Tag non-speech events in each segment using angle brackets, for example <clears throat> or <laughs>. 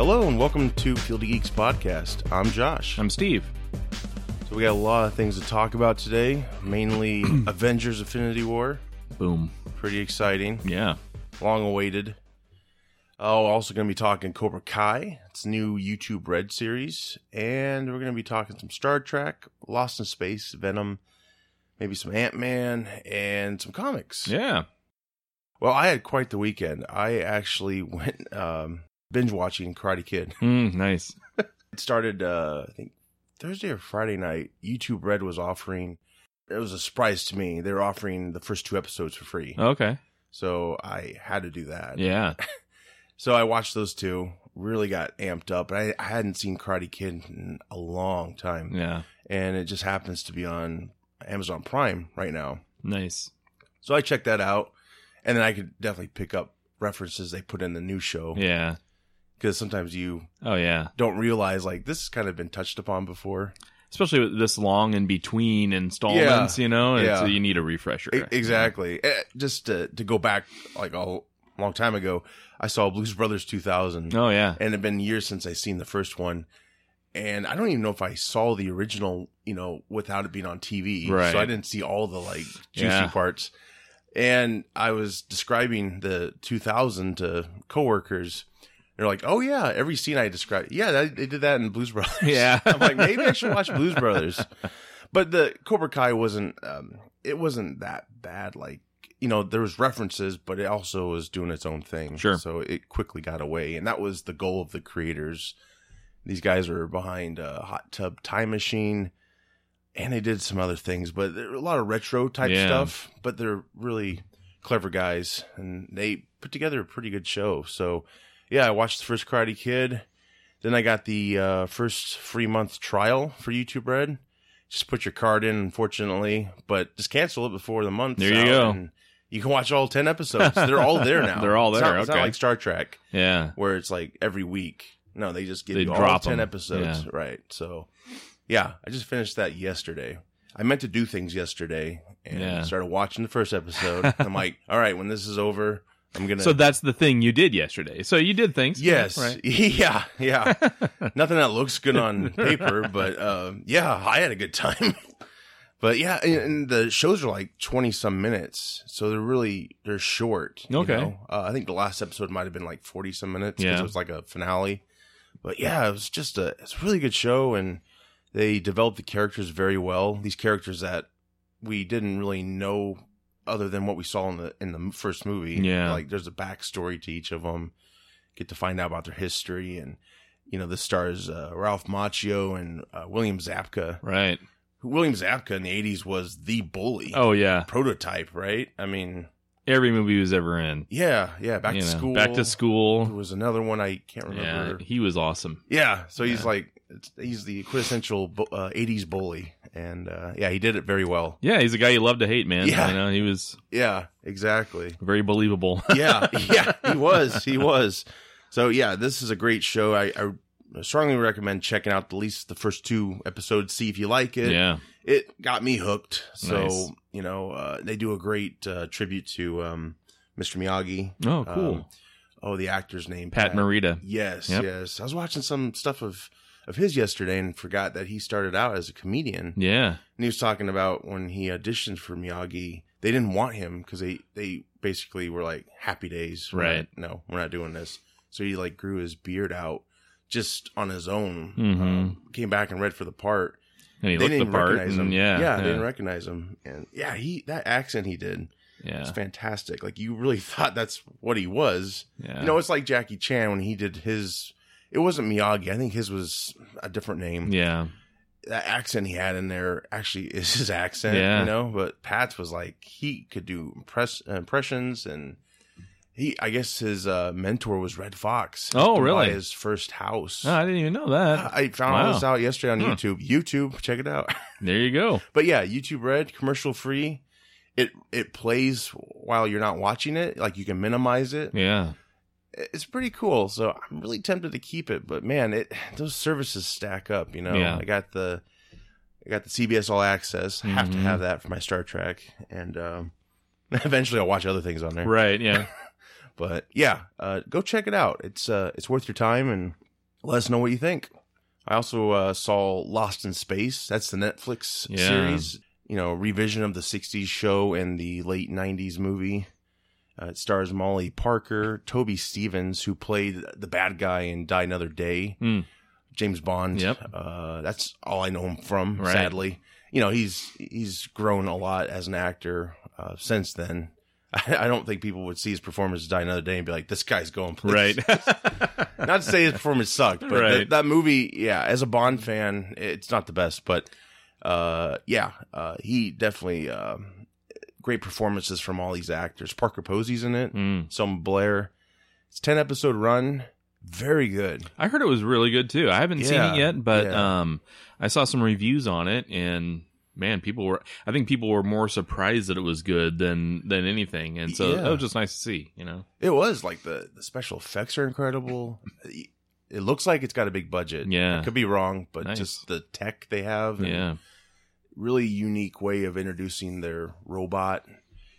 Hello and welcome to Field of Geeks podcast. I'm Josh. I'm Steve. So we got a lot of things to talk about today, mainly <clears throat> Avengers Affinity War. Boom. Pretty exciting, Yeah. long awaited. Oh, also going to be talking Cobra Kai. It's new YouTube Red series, and we're going to be talking some Star Trek, Lost in Space, Venom, maybe some Ant Man, and some comics. Yeah. Well, I had quite the weekend. I actually <laughs> went um, binge watching Karate Kid. Mm, nice. It started, uh, I think, Thursday or Friday night. YouTube Red was offering. It was a surprise to me. They were offering the first two episodes for free, Okay. so I had to do that. Oh. Yeah. So I watched those two. Really got amped up. I, I hadn't seen Karate Kid in a long time, Yeah. and it just happens to be on Amazon Prime right now. Nice. So I checked that out, and then I could definitely pick up references they put in the new show Yeah. because sometimes you Oh yeah. don't realize like this has kind of been touched upon before. Especially with this long in between installments, you know, and Yeah. so you need a refresher. E- exactly. Eh, Just to to go back like a long time ago, I saw Blues Brothers 2000, Oh yeah. and it'd been years since I seen the first one. And I don't even know if I saw the original, you know, without it being on TV. Right. So I didn't see all the like juicy Yeah. parts. And I was describing the 2000 to coworkers. They're like, "Oh yeah, every scene I described, yeah, that, they did that in Blues Brothers." <laughs> Yeah. I'm like, maybe I should watch Blues Brothers. But the Cobra Kai wasn't um it wasn't that bad like you know, there was references, but it also was doing its own thing. Sure. So it quickly got away, and that was the goal of the creators. These guys were behind uh, Hot Tub Time Machine, and they did some other things, but there were a lot of retro type Yeah. stuff. But they're really clever guys, and they put together a pretty good show. So, yeah, I watched the first Karate Kid. Then I got the uh, first free month trial for YouTube Red. Just put your card in, unfortunately, but just cancel it before the month. There you go. you can watch all ten episodes. They're all <laughs> there now. They're all It's there, not- It's not okay. like Star Trek Yeah. where it's like every week. No, they just give They you all drop ten 'em. episodes, right? So, yeah, I just finished that yesterday. I meant to do things yesterday and Yeah. started watching the first <laughs> episode. I'm like, all right, when this is over, I'm gonna. So that's the thing you did yesterday. So you did things. yes, Right. <laughs> yeah, yeah. Nothing that looks good on <laughs> paper, but uh, yeah, I had a good time. <laughs> but yeah, and, and the shows are like twenty some minutes, so they're really they're short. you Okay. know? uh, I think the last episode might have been like forty some minutes because Yeah. it was like a finale. But yeah, it was just a it's a really good show, and they developed the characters very well. These characters that we didn't really know other than what we saw in the in the first movie. Yeah. like there's a backstory to each of them. Get to find out about their history, and you know this stars uh, Ralph Macchio and uh, William Zabka. Right. Who- William Zabka in the '80s was the bully Oh yeah. prototype, right? I mean, Every movie he was ever in. yeah, yeah. Back you to know, school. Back to There school. was another one I can't Yeah. remember. Yeah, He was awesome. so he's Yeah. like it's, he's the quintessential bu- uh, '80s bully, and uh, yeah, he did it very well. Yeah, he's a guy you love to hate, man. Yeah. You know, he was Yeah, exactly. very believable. <laughs> yeah, yeah, he was, he was. So yeah, this is a great show. I, I strongly recommend checking out at least the first two episodes. See if you like it. <laughs> yeah. It got me hooked. So Nice. you know, uh, they do a great uh, tribute to um, Mr. Miyagi. Oh, cool. Um, oh, the actor's name Pat Morita. Yes, Yep. yes. I was watching some stuff of of his yesterday and forgot that he started out as a comedian. Yeah. And he was talking about when he auditioned for Miyagi, they didn't want him because they they basically were like happy days, We're Right. not- no, we're not doing this. So he like grew his beard out just on his own. Mhm. Um, came back and read for the part. And he they looked didn't the part. recognize and him. Yeah. yeah, they didn't recognize him. And yeah, he that accent he did, yeah. it's fantastic. Like you really <laughs> thought that's what he was. Yeah. You know, it's like Jackie Chan when he did his. It wasn't Miyagi. I think his was a different name yeah. that accent he had in there actually is his accent, Yeah. you know. But Pat's was like he could do impress impressions uh, and he I guess his uh, mentor was Red Fox. Oh, To really? buy His first house. Oh, I didn't even know that. I found all Wow. this out yesterday on Hmm. YouTube. YouTube, check it out. <laughs> There you go. But yeah, YouTube Red, commercial free. It it plays while you're not watching it. Like you can minimize it. Yeah. It's pretty cool. So I'm really tempted to keep it, but man, it <sighs> those services stack up. You know, Yeah. I got the I got the CBS All Access. Have to Mhm. have that for my Star Trek, and um, <laughs> eventually I'll watch other things on there. <laughs> Right. Yeah. But yeah, uh, go check it out. It's uh, it's worth your time, and let us know what you think. I also uh, saw Lost in Space. That's the Netflix Yeah. series. You know, revision of the '60s show and the late '90s movie. Uh, it stars Molly Parker, Toby Stevens, who played the bad guy in Die Another Day, Hmm. James Bond. Yep. Uh, that's all I know him from. Right. Sadly, you know he's he's grown a lot as an actor uh, since then. I, I don't think people would see his performance in Die Another Day and be like, "This guy's going place." Right. <laughs> not to say his performance sucked, but Right. that, that movie, yeah, as a Bond fan, it's not the best, but uh, yeah, uh, he definitely um, great performances from all these actors. Parker Posey's in it, Mm. some Blair. It's ten episode run, very good. I heard it was really good too. I haven't seen Yeah, it yet, but yeah. um, I saw some reviews on it, and man, people were. I think people were more surprised that it was good than than anything, and so Yeah. that was just nice to see. You know. It was like the the special effects are incredible. It looks like it's got a big budget. Yeah. I could be wrong, but Nice. just the tech they have, and Yeah. really unique way of introducing their robot.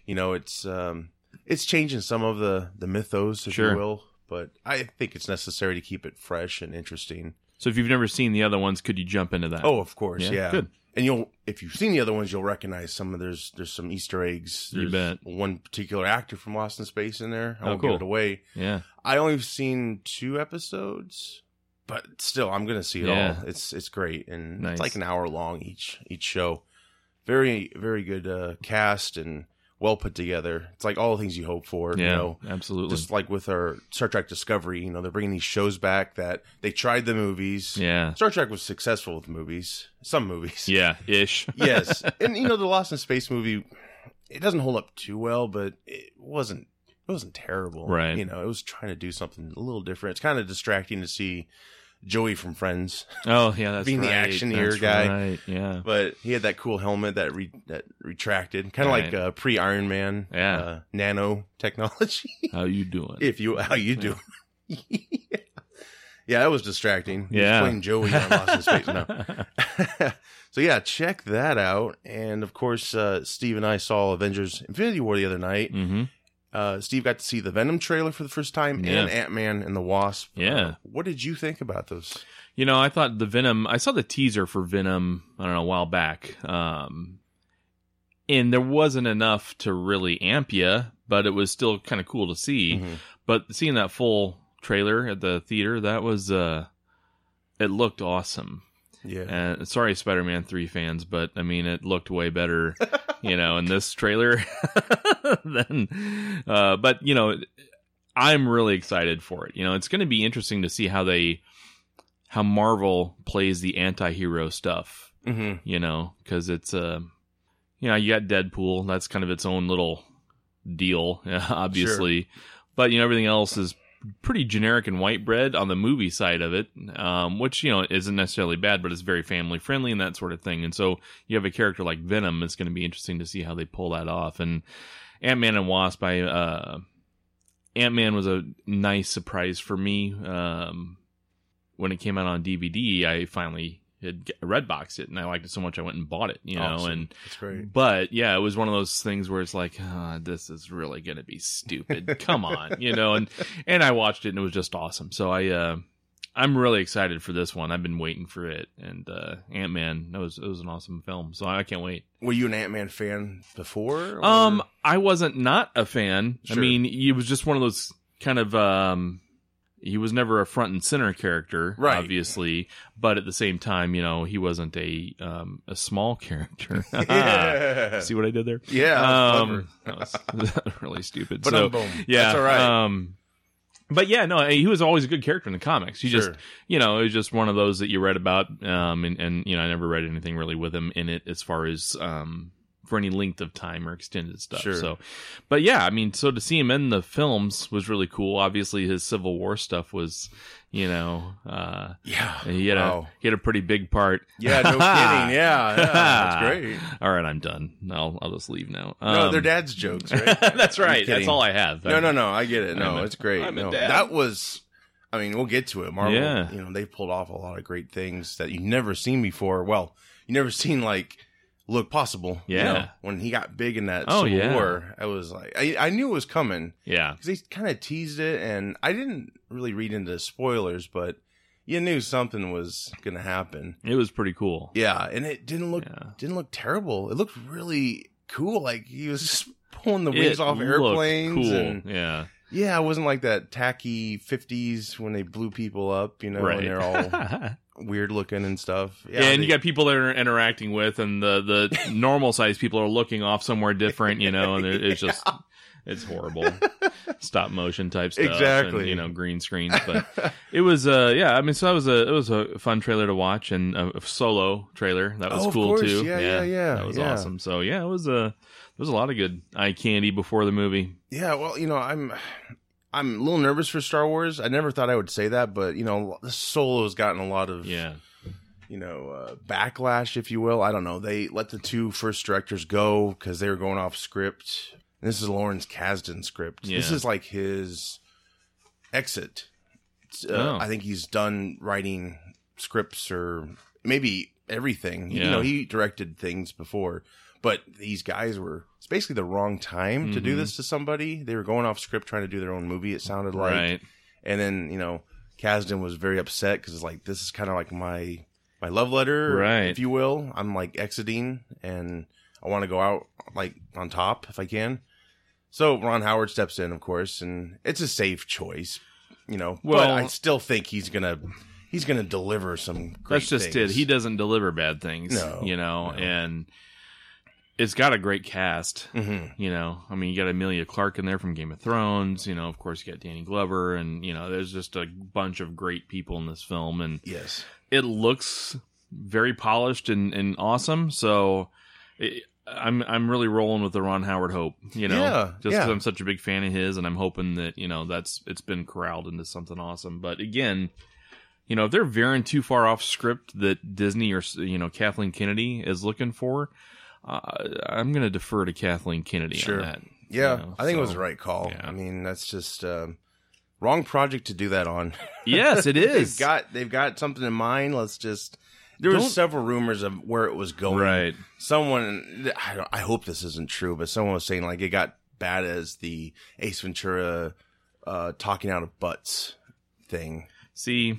You know, it's um it's changing some of the the mythos, if Sure. you will, but I think it's necessary to keep it fresh and interesting. So if you've never seen the other ones, could you jump into that? Oh, of course, Yeah, yeah. good. And you'll if you've seen the other ones, you'll recognize some of there's there's some Easter eggs. You There's bet. One particular actor from Lost in Space in there. I Oh, won't cool. give it away. yeah. I only have seen two episodes, but still, I'm gonna see it Yeah. all. It's it's great, and Nice. it's like an hour long each each show. Very very good uh, cast and well put together. It's like all the things you hope for. Yeah. You know, absolutely. just like with our Star Trek Discovery, you know, they're bringing these shows back that they tried the movies. yeah. Star Trek was successful with movies, some movies. Yeah. Ish. yes, <laughs> and you know, the Lost in Space movie, it doesn't hold up too well, but it wasn't it wasn't terrible. Right. You know, it was trying to do something a little different. It's kind of distracting to see Joey from Friends, <laughs> Oh yeah. That's Being the right. actioneer That's guy. Right. Yeah. but he had that cool helmet that re, that retracted, kind of Right. like uh, pre Iron Man, Yeah. uh, nano technology. How <laughs> you doing? if you how you do. <laughs> yeah. that was distracting. He was Yeah. playing Joey on Lost in Space. <laughs> No. so yeah, check that out. And of course, uh, Steve and I saw Avengers: Infinity War the other night. hmm Uh, Steve got to see the Venom trailer for the first time Yeah. and Ant Man and the Wasp. Yeah. Uh, what did you think about those? You know, I thought the Venom. I saw the teaser for Venom. I don't know a while back, um, and there wasn't enough to really amp you, but it was still kind of cool to see. Mhm. But seeing that full trailer at the theater, that was uh, it looked awesome. Yeah. And Uh, sorry, Spider-Man three fans, but I mean, it looked way better, you know, in this trailer <laughs> than. Uh, but you know, I'm really excited for it. You know, it's going to be interesting to see how they, how Marvel plays the anti-hero stuff. hmm You know, because it's uh, you know, you got Deadpool. That's kind of its own little deal, <laughs> obviously. But you know, everything else is pretty generic and white bread on the movie side of it, um, which you know isn't necessarily bad, but it's very family friendly and that sort of thing. And so you have a character like Venom. It's going to be interesting to see how they pull that off. And Ant Man and Wasp, I uh, Ant Man was a nice surprise for me. Um, when it came out on DVD, I finally had g- Redboxed it, and I liked it so much I went and bought it. You know, Awesome. and That's great. but yeah, it was one of those things where it's like, "Ah, this is really going to be stupid. Come on, <laughs> you know. And and I watched it and it was just awesome. So I uh, I'm really excited for this one. I've been waiting for it. And uh, Ant Man, that was it was an awesome film. So I can't wait. Were you an Ant Man fan before? or- Um, I wasn't not a fan. I Sure. mean, he was just one of those kind of um. He was never a front and center character, Right. obviously, but at the same time, you know, he wasn't a um, a small character. <laughs> <laughs> yeah. <laughs> See what I did there? yeah. um, that was, <laughs> <laughs> that was really stupid. but so, boom. yeah, That's all right. Um, but yeah, no, he was always a good character in the comics. He just, Sure. you know, it was just one of those that you read about. Um, and, and you know, I never read anything really with him in it as far as um, for any length of time or extended stuff. Sure. So, but yeah, I mean, so to see him in the films was really cool. Obviously, his Civil War stuff was, you know, uh, Yeah. he had Wow. a he had a pretty big part. Yeah, no kidding. Yeah, yeah, <laughs> that's great. All right, I'm done. I'll I'll just leave now. no, Um, they're dad's jokes, <laughs> right? that's I'm right. That's kidding. all I have. No, no, no. I get it. No, I'm a- it's great. I'm a no, dad. that was. I mean, we'll get to it. Marvel, Yeah. you know, they pulled off a lot of great things that you've never seen before. Well, you never seen like look possible. you Yeah. know, when he got big in that Oh, Civil yeah. War, I was like, I, I knew it was coming Yeah. because they kind of teased it, and I didn't really read into spoilers, but you knew something was going to happen. It was pretty cool. Yeah, and it didn't look Yeah. didn't look terrible. It looked really cool. Like he was <laughs> just pulling the wings It off looked airplanes. Cool. and- yeah. yeah, it wasn't like that tacky '50s when they blew people up. You know, right. when <laughs> they're all weird looking and stuff. yeah, and they- you got people that are interacting with, and the <laughs> the normal sized people are looking off somewhere different, you know, and they're- it's just it's horrible stop motion type stuff, and, Exactly. you know, green screens. But <laughs> it was, uh, yeah, I mean, so that was a it was a fun trailer to watch and a solo trailer that was Oh, of cool course. too. Yeah, yeah, yeah, that was yeah. awesome. So yeah, it was a there was a lot of good eye candy before the movie. yeah. Well, you know, I'm I'm a little nervous for Star Wars. I never thought I would say that, but you know, the Solo's gotten a lot of Yeah, you know uh, backlash, if you will. I don't know. They let the two first directors go because they were going off script. And this is Lawrence Kasdan script. This Yeah. is like his exit. It's, Uh, Oh. I think he's done writing scripts or maybe everything. You Yeah. know, he directed things before, but these guys were. It's basically the wrong time to do Mhm. this to somebody. They were going off script trying to do their own movie. It sounded like, right. and then you know Kasdan was very upset because it's like this is kind of like my my love letter, Right. if you will. I'm like exiting, and I want to go out like on top if I can. So Ron Howard steps in, of course, and it's a safe choice, you know. but Well- I still think he's gonna he's gonna deliver some. Great That's just things. it. He doesn't deliver bad things, No, you know, no. and it's got a great cast. Mhm. You know, I mean, you got Amelia Clark in there from Game of Thrones. You know, of course, you got Danny Glover, and you know, there's just a bunch of great people in this film, and Yes. it looks very polished and, and awesome. So, it, I'm I'm really rolling with the Ron Howard hope. You know, Yeah, just 'cause yeah. I'm such a big fan of his, and I'm hoping that you know that's it's been corralled into something awesome. But again. You know, if they're veering too far off script that Disney or you know Kathleen Kennedy is looking for, uh, I'm going to defer to Kathleen Kennedy Sure. on that. Yeah, You know, I think it was so, the right call. yeah. I mean, that's just um wrong project to do that on. <laughs> Yes, it is. they've got they've got something in mind. Let's just. There Don't- was several rumors of where it was going. right. Someone, I, don't, I hope this isn't true, but someone was saying like it got bad as the Ace Ventura uh, talking out of butts thing. See,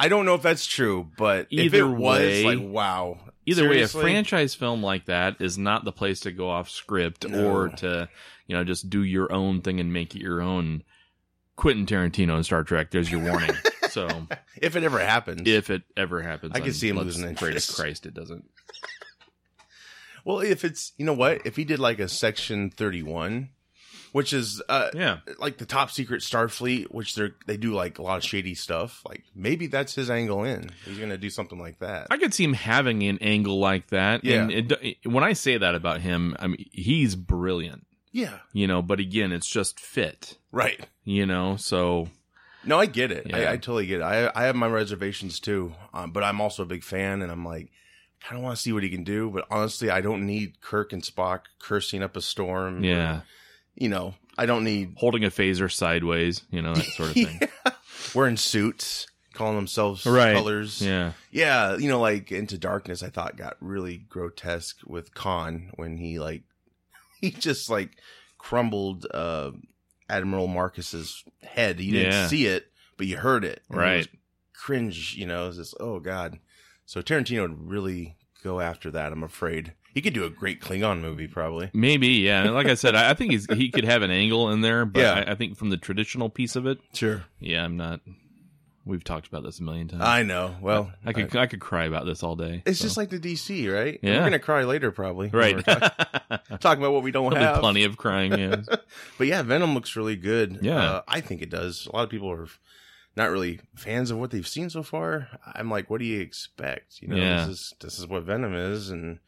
I don't know if that's true, but if Either it was, way- like wow. either Seriously? way, a franchise film like that is not the place to go off script No. or to, you know, just do your own thing and make it your own. Quentin Tarantino and Star Trek. There's your <laughs> warning. so if it ever happens, if it ever happens, I can I'm- see him let's losing pray to interest. Christ it doesn't. well, if it's you know what, if he did like a Section Thirty One, which is uh, Yeah, like the top secret Starfleet, which they're they do like a lot of shady stuff. Like maybe that's his angle in. He's gonna do something like that. I could see him having an angle like that. Yeah. And it, do- when I say that about him, I mean he's brilliant. yeah, You know, but again, it's just fit. right. You know, so No, I get it. Yeah. I, I totally get it. I, I have my reservations too, um, but I'm also a big fan, and I'm like, I don't want to see what he can do. But honestly, I don't need Kirk and Spock cursing up a storm. yeah, you know, I don't need. holding a phaser sideways. You know, that sort <laughs> of thing. Wearing suits, calling themselves Right. colors. yeah. Yeah, you know, like Into Darkness, I thought got really grotesque with Khan when he like <laughs> he just like crumbled uh Admiral Marcus's head. You didn't Yeah. see it, but you heard it. And it Right. was cringe, you know, it's just oh god. So Tarantino would really go after that, I'm afraid. He could do a great Klingon movie probably. Maybe, yeah. And Like I said, I I think he's, he could have an angle in there, but Yeah. I, I think from the traditional piece of it, Sure. yeah, I'm not. We've talked about this a million times. I know. Well, I could I, could cry about this all day. it's just like the DC, right? Yeah. We're gonna cry later, probably. when <laughs> right. we're talk- <laughs> There'll talking about what we don't be have. plenty of crying. <laughs> Yeah. But yeah, Venom looks really good. Yeah. Uh, I think it does. A lot of people are not really fans of what they've seen so far. I'm like, what do you expect? You know, Yeah. this is this is what Venom is, and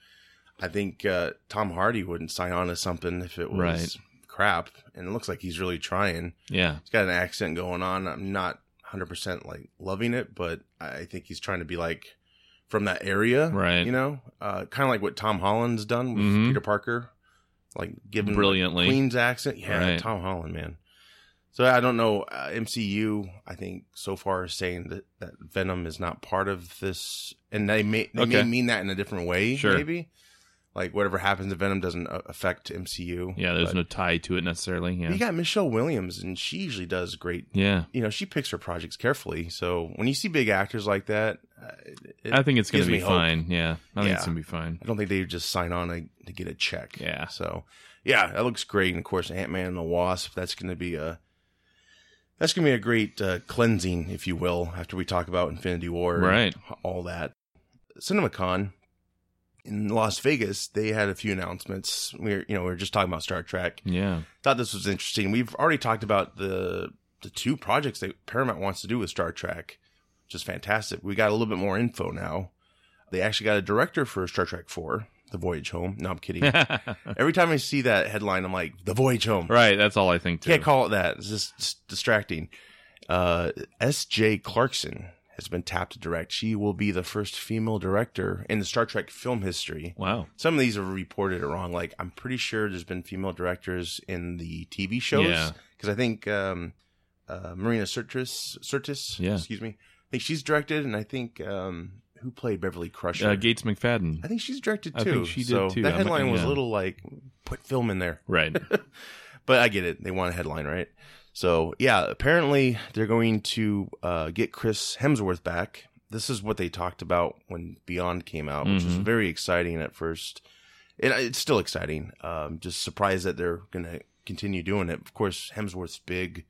I think uh, Tom Hardy wouldn't sign on to something if it was Right. crap. And it looks like he's really trying. Yeah. He's got an accent going on. I'm not 100% like loving it, but I I think he's trying to be like from that area. Right. You know, uh, kind of like what Tom Holland's done with Mhm. Peter Parker, like giving Brilliantly. Queen's accent. Yeah, Right. Tom Holland, man. So I don't know. Uh, MCU, I think so far is saying that, that Venom is not part of this, and they may they may Okay. mean that in a different way, Sure. maybe. Like whatever happens to Venom doesn't uh, affect MCU. Yeah. There's But- no tie to it necessarily. but Yeah. You got Michelle Williams, and she usually does great. yeah. You know, she picks her projects carefully. So when you see big actors like that, uh, it, I think it's going gives to be me hope. fine. Yeah. I think it's Yeah. going to be fine. I don't think they just sign on to, to get a check. Yeah. So yeah, that looks great. And of course, Ant Man and the Wasp. That's going to be a that's going to be a great uh, cleansing, if you will, after we talk about Infinity War, and Right. All that. CinemaCon in Las Vegas, they had a few announcements. We were, you know, we were just talking about Star Trek. Yeah. <laughs> Thought this was interesting. We've already talked about the the two projects that Paramount wants to do with Star Trek, which is fantastic. We got a little bit more info now. They actually got a director for Star Trek Four, The Voyage Home. No, I'm kidding. <laughs> Every time I see that headline, I'm like, "The Voyage Home." right. That's all I think too. Can't call it that. It's just it's distracting. Uh, S.J. Clarkson has been tapped to direct. She will be the first female director in the Star Trek film history. wow. Some of these are reported wrong. Like I'm pretty sure there's been female directors in the TV shows Yeah. because I think um, uh, Marina Sirtis, Sirtis, Yeah. excuse me, I think she's directed, and I think um, who played Beverly Crusher? Uh, Gates McFadden. I think she's directed too. I think she did, so too. That I'm- headline was yeah. a little like put film in there, Right. but I get it. They want a headline, right? So yeah, apparently they're going to uh, get Chris Hemsworth back. This is what they talked about when Beyond came out, which was Mhm. very exciting at first. It, it's still exciting. Um, just surprised that they're going to continue doing it. Of course, Hemsworth's big.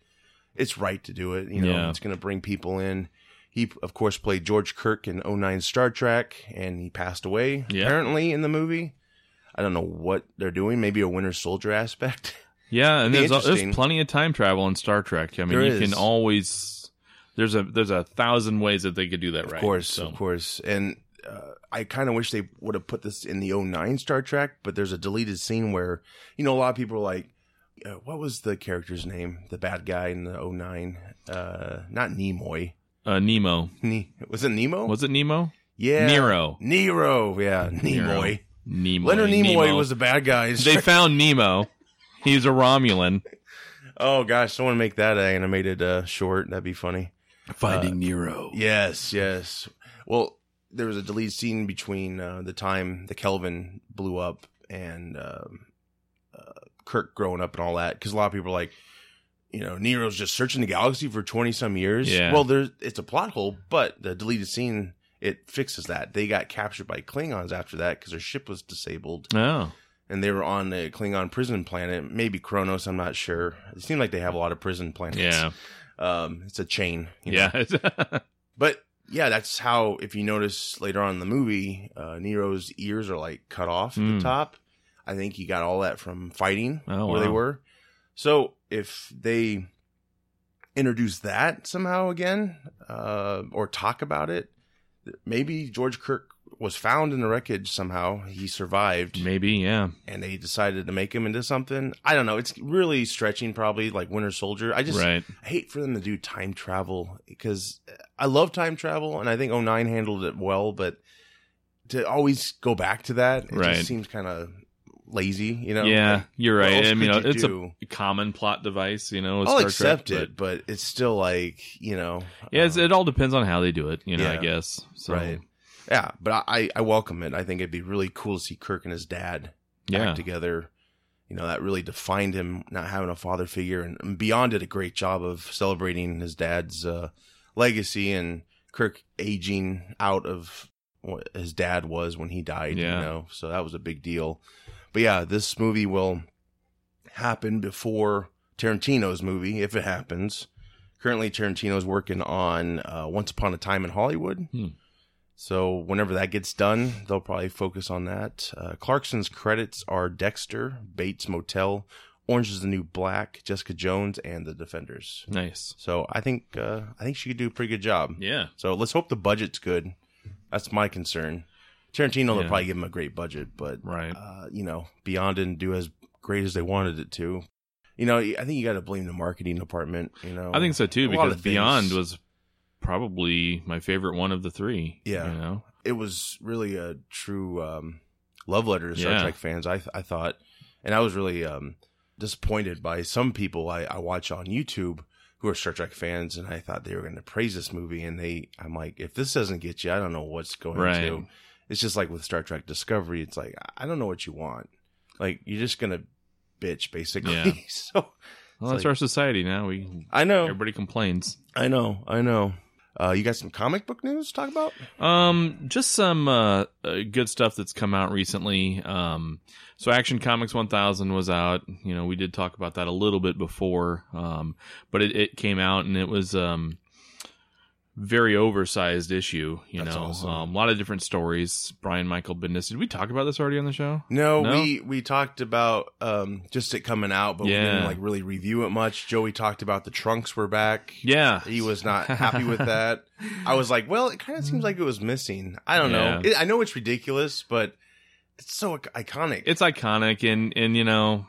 It's right to do it. You know, Yeah. it's going to bring people in. He, of course, played George Kirk in 09 Star Trek, and he passed away Yeah. apparently in the movie. I don't know what they're doing. Maybe a Winter Soldier aspect. <laughs> Yeah, and Be there's, interesting. there's plenty of time travel in Star Trek. I mean, There you is. can always there's a there's a thousand ways that they could do that. Of right. course, So, of course. And uh, I kind of wish they would have put this in the 09 Star Trek, but there's a deleted scene where, you know, a lot of people are like, uh, what was the character's name? The bad guy in the 09? Uh, not Nimoy. <laughs> Uh, Nemo Ne- was it Nemo? was it Nemo? yeah. Nero. Nero. Yeah. Nimoy. Nemo. Leonard Nimoy was the bad guy. in They Star- found Nemo. He's a Romulan. <laughs> oh, gosh. Someone make that an animated uh, short. That'd be funny. Finding Nero. Yes, yes. Well, there was a deleted scene between uh, the time the Kelvin blew up and um, uh, Kirk growing up and all that, because a lot of people are like, you know, Nero's just searching the galaxy for twenty some years. Yeah. Well, there's it's a plot hole, but the deleted scene it fixes that. They got captured by Klingons after that because their ship was disabled Oh, and they were on the Klingon prison planet, maybe Kronos. I'm not sure. It seemed like they have a lot of prison planets. yeah, um, it's a chain. you know? yeah. But yeah, that's how. If you notice later on in the movie, uh, Nero's ears are like cut off at Mm. the top. I think he got all that from fighting Oh, where they wow. were. So if they introduce that somehow again, uh, or talk about it, maybe George Kirk was found in the wreckage somehow. He survived <laughs> Maybe, yeah. and they decided to make him into something. I don't know. It's really stretching, probably like Winter Soldier. I just right. I hate for them to do time travel because I love time travel and I think 09 handled it well, but to always go back to that, it Right. just seems kind of lazy, you know? yeah, Like, you're what right. else I mean, could you it's do? a common plot device, you know. with I'll Star accept Trek, it, but it's still like, you know. But, yeah, it's, um, it all depends on how they do it, you know. I yeah. guess. So, Right. Yeah, but I, I welcome it. I think it'd be really cool to see Kirk and his dad Yeah. back together. You know, that really defined him not having a father figure. And, and Beyond did a great job of celebrating his dad's uh, legacy and Kirk aging out of what his dad was when he died, Yeah. you know, so that was a big deal. But yeah, this movie will happen before Tarantino's movie, if it happens. Currently, Tarantino's working on uh, Once Upon a Time in Hollywood. Hmm. So whenever that gets done, they'll probably focus on that. Uh, Clarkson's credits are Dexter, Bates Motel, Orange Is the New Black, Jessica Jones, and The Defenders. Nice. So I think uh, I think she could do a pretty good job. Yeah. So let's hope the budget's good. That's my concern. Tarantino will Yeah. probably give him a great budget, but Right. uh, you know, Beyond didn't do as great as they wanted it to. You know, I think you got to blame the marketing department. You know, I think Oh, so a too lot because of things- Beyond was probably my favorite one of the three. Yeah. You know. it was really a true um, love letter to Star Yeah. Trek fans. I I thought, and I was really um, disappointed by some people I, I watch on YouTube who are Star Trek fans, and I thought they were going to praise this movie, and they I'm like, if this doesn't get you, I don't know what's going Right. to. It's just like with Star Trek Discovery. It's like I don't know what you want. Like you're just gonna bitch basically. Yeah. <laughs> so Well, that's like- Oh. our society now. We I know, everybody complains. I know, I know. Uh, you got some comic book news to talk about? Um, just some uh, uh, good stuff that's come out recently. Um, so Action Comics 1000 was out. You know, we did talk about that a little bit before, um, but it, it came out and it was um very oversized issue. You That's know, awesome. um, a lot of different stories. Brian Michael Bendis. Did we talk about this already on the show? No, No? we we talked about um just it coming out, but we Yeah. didn't like really review it much. Joey talked about the trunks were back. Yeah, He was not happy <laughs> with that. I was like, well, it kind of seems like it was missing. I don't know. It, I know it's ridiculous, but it's so iconic. it's iconic and and you know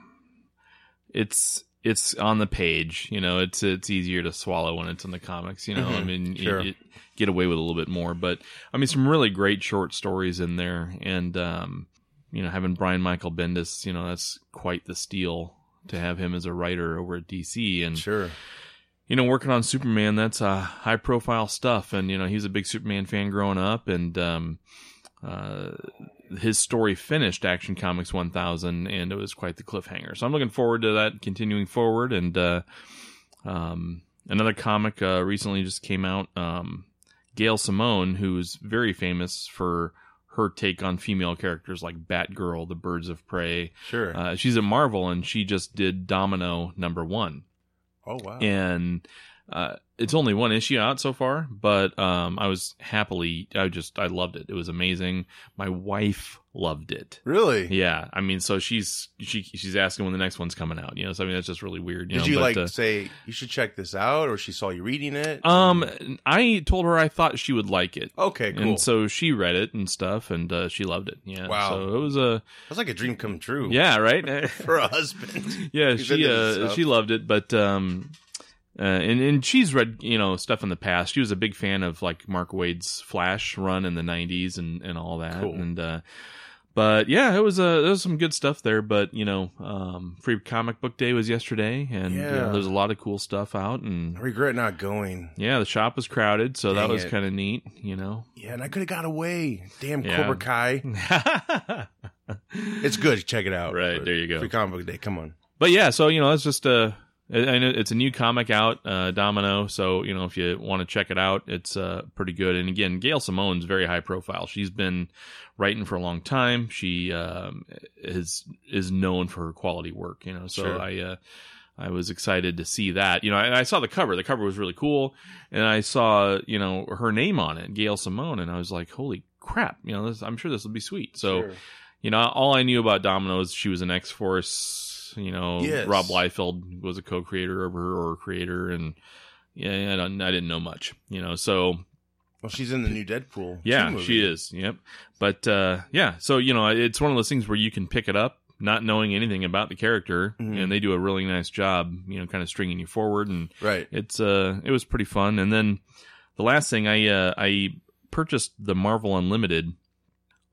it's it's on the page you know it's it's easier to swallow when it's in the comics you know i Mhm, mean you- sure. you get away with a little bit more but i mean some really great short stories in there and um you know having brian michael bendis you know that's quite the steal to have him as a writer over at dc and Mm. sure. you know, working on Superman, that's uh, high profile stuff. And, you know, he's a big Superman fan growing up. And um, uh, his story finished Action Comics 1000, and it was quite the cliffhanger. So I'm looking forward to that continuing forward. And uh, um, another comic uh, recently just came out um, Gail Simone, who's very famous for her take on female characters like Batgirl, the Birds of Prey. Sure. Uh, she's at Marvel, and she just did Domino number one oh wow. and uh, it's only one issue out so far but um, i was happily i just i loved it it was amazing my wife loved it really? yeah i mean so she's she she's asking when the next one's coming out you know so i mean that's just really weird you Did know you but, like uh, say you should check this out, or she saw you reading it? um i told her i thought she would like it okay, cool. and so she read it and stuff and uh, she loved it yeah Wow. so it was a That's like a dream come true. <laughs> yeah right For a husband. <laughs> yeah, He's into she this uh, stuff. she loved it, but um, uh, and and she's read you know stuff in the past. She was a big fan of like Mark Wade's Flash run in the '90s and and all that. Cool. And uh, but yeah, it was uh, there was some good stuff there. But you know, um, Free Comic Book Day was yesterday, and you know, Yeah. there's a lot of cool stuff out. I And regret not going. yeah, the shop was crowded, so that Dang was it. kind of neat. You know, Yeah, and I could have got away. Damn Yeah. Cobra Kai. <laughs> <laughs> it's It's good. Check it out. Right, there you go. Free comic book day. Come on. but yeah, so you know, it's just uh, a, I I know it's a new comic out, uh, Domino. So you know, if you want to check it out, it's uh, pretty good. And again, Gail Simone's very high profile. She's been writing for a long time. She um, is is known for her quality work. You know, so Sure. I. Uh, I was excited to see that. You know, and I saw the cover. The cover was really cool, and I saw you know her name on it, Gail Simone, and I was like, "Holy crap!" You know, this, I'm sure this will be sweet. So, Sure. you know, all I knew about Domino is she was an X Force. You know, Yes. Rob Liefeld was a co-creator of her or creator, and yeah, I, don't, I didn't know much. You know, so Well, she's in the new Deadpool. yeah, movie. she is. Yep. But uh, yeah, so you know, it's one of those things where you can pick it up not knowing anything about the character, Mhm. and they do a really nice job. You know, kind of stringing you forward and Right. it's uh it was pretty fun and then the last thing i uh i purchased the marvel unlimited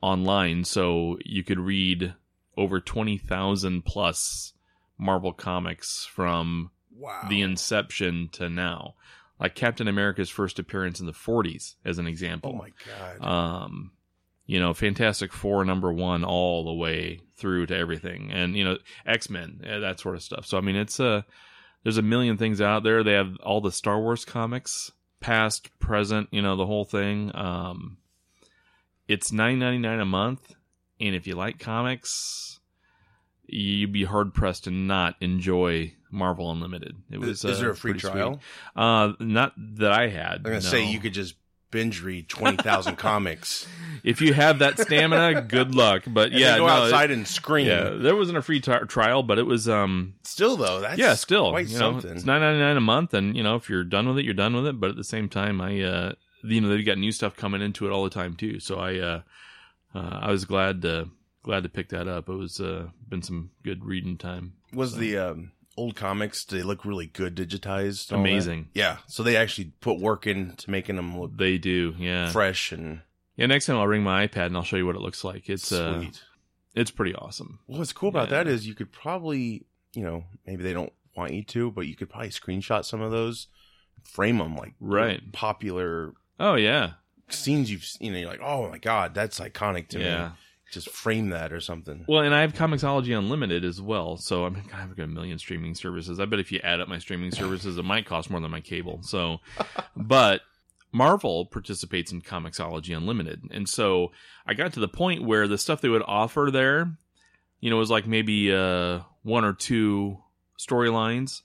online so you could read over 20,000 plus marvel comics from Wow. the inception to now like captain america's first appearance in the 40s as an example Oh my god. um you know fantastic four number one all the way through to everything and you know x-men eh, that sort of stuff so i mean it's a there's a million things out there they have all the star wars comics past present you know the whole thing um it's 9.99 a month and if you like comics you'd be hard pressed to not enjoy marvel unlimited it was is, is uh, there a free pretty sweet. trial? uh not that i had I'm gonna say no. you could just binge read twenty thousand <laughs> comics. If you have that stamina, good luck. But And yeah, then go no, outside and it- scream. yeah, there wasn't a free ti trial, but it was um Still though, that's yeah, still quite you know, something. It's nine ninety nine a month, and you know if you're done with it, you're done with it. But at the same time, I uh you know they've got new stuff coming into it all the time too. So I uh uh, I was glad to glad to pick that up. It was uh, been some good reading time. Was the um, old comics? They look really good digitized. and all that? Amazing. Yeah, so they actually put work into making them look They do, yeah. fresh and Yeah, next time I'll bring my iPad and I'll show you what it looks like. It's uh, sweet. it's pretty awesome. Well, what's cool about Yeah. that is you could probably, you know, maybe they don't want you to, but you could probably screenshot some of those, frame them like Right. popular Oh yeah, scenes you've seen. And you're like, oh my god, that's iconic to yeah. me. Just frame that or something. Well, and I have Comixology Unlimited as well, so I mean, God, I've got a million streaming services. I bet if you add up my streaming services, it might cost more than my cable. So, but Marvel participates in Comixology Unlimited, and so I got to the point where the stuff they would offer there, you know, was like maybe uh, one or two storylines,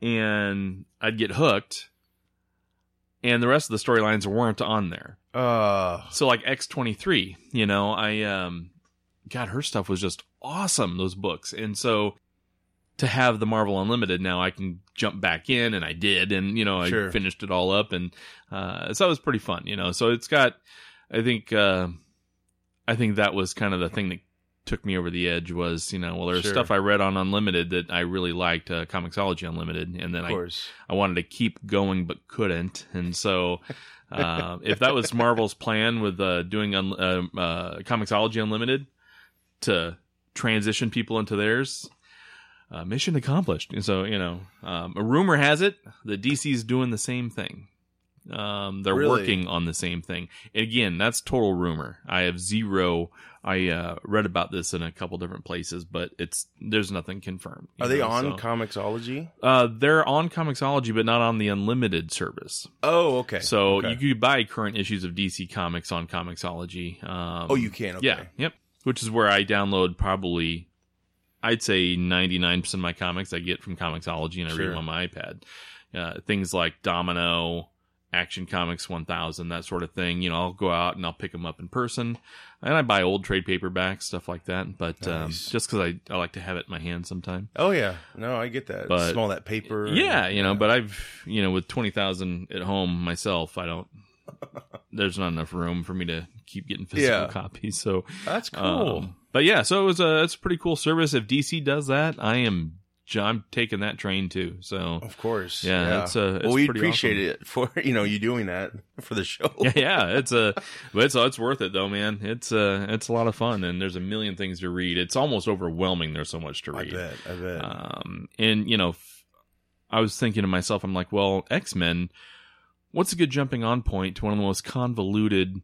and I'd get hooked, and the rest of the storylines weren't on there. Uh, So like X twenty three, you know, I um, God, her stuff was just awesome. Those books, and so to have the Marvel Unlimited now, I can jump back in, and I did, and you know, I Sure. finished it all up, and uh, so that was pretty fun, you know. So it's got, I think, uh, I think that was kind of the thing that took me over the edge was, you know, well, there's Sure. stuff I read on Unlimited that I really liked, uh, Comixology Unlimited, and then of I course. I wanted to keep going but couldn't, and so uh, if that was Marvel's plan with uh, doing un- uh, uh, Comixology Unlimited to transition people into theirs, uh, mission accomplished. And so you know, um, a rumor has it that DC's doing the same thing. Um, they're Really? working on the same thing. And again, that's total rumor. I have zero. I uh, read about this in a couple different places, but it's there's nothing confirmed. you Are they know, on so- Comixology? uh, they're on Comixology, but not on the unlimited service. Oh, okay. So Okay. you could buy current issues of DC Comics on Comixology. Um, oh, you can. Okay. Yeah, yep. Which is where I download probably, I'd say ninety nine percent of my comics I get from Comixology, and I read Sure. them on my iPad. Uh, things like Domino, Action Comics one thousand, that sort of thing. You know, I'll go out and I'll pick them up in person, and I buy old trade paperbacks, stuff like that. But um, Nice. just because I, I like to have it in my hand sometime. Oh yeah. No, I get that. But- Smell that paper. Yeah, you know, but I've you know with twenty thousand at home myself, <laughs> I don't. There's not enough room for me to keep getting physical Yeah. copies. So Oh, that's cool. um, but yeah, so it was a it's a pretty cool service. If DC does that, I am j- I'm taking that train too. So of course. yeah, it's, uh, it's well, we pretty appreciate awesome. it for <laughs> you know you doing that for the show. <laughs> yeah, yeah, it's a but it's it's worth it though, man. It's uh it's a lot of fun, and there's a million things to read. It's almost overwhelming. There's so much to I read. bet. I bet. Um, and you know, f- I was thinking to myself, I'm like, well, X Men, what's a good jumping on point to one of the most convoluted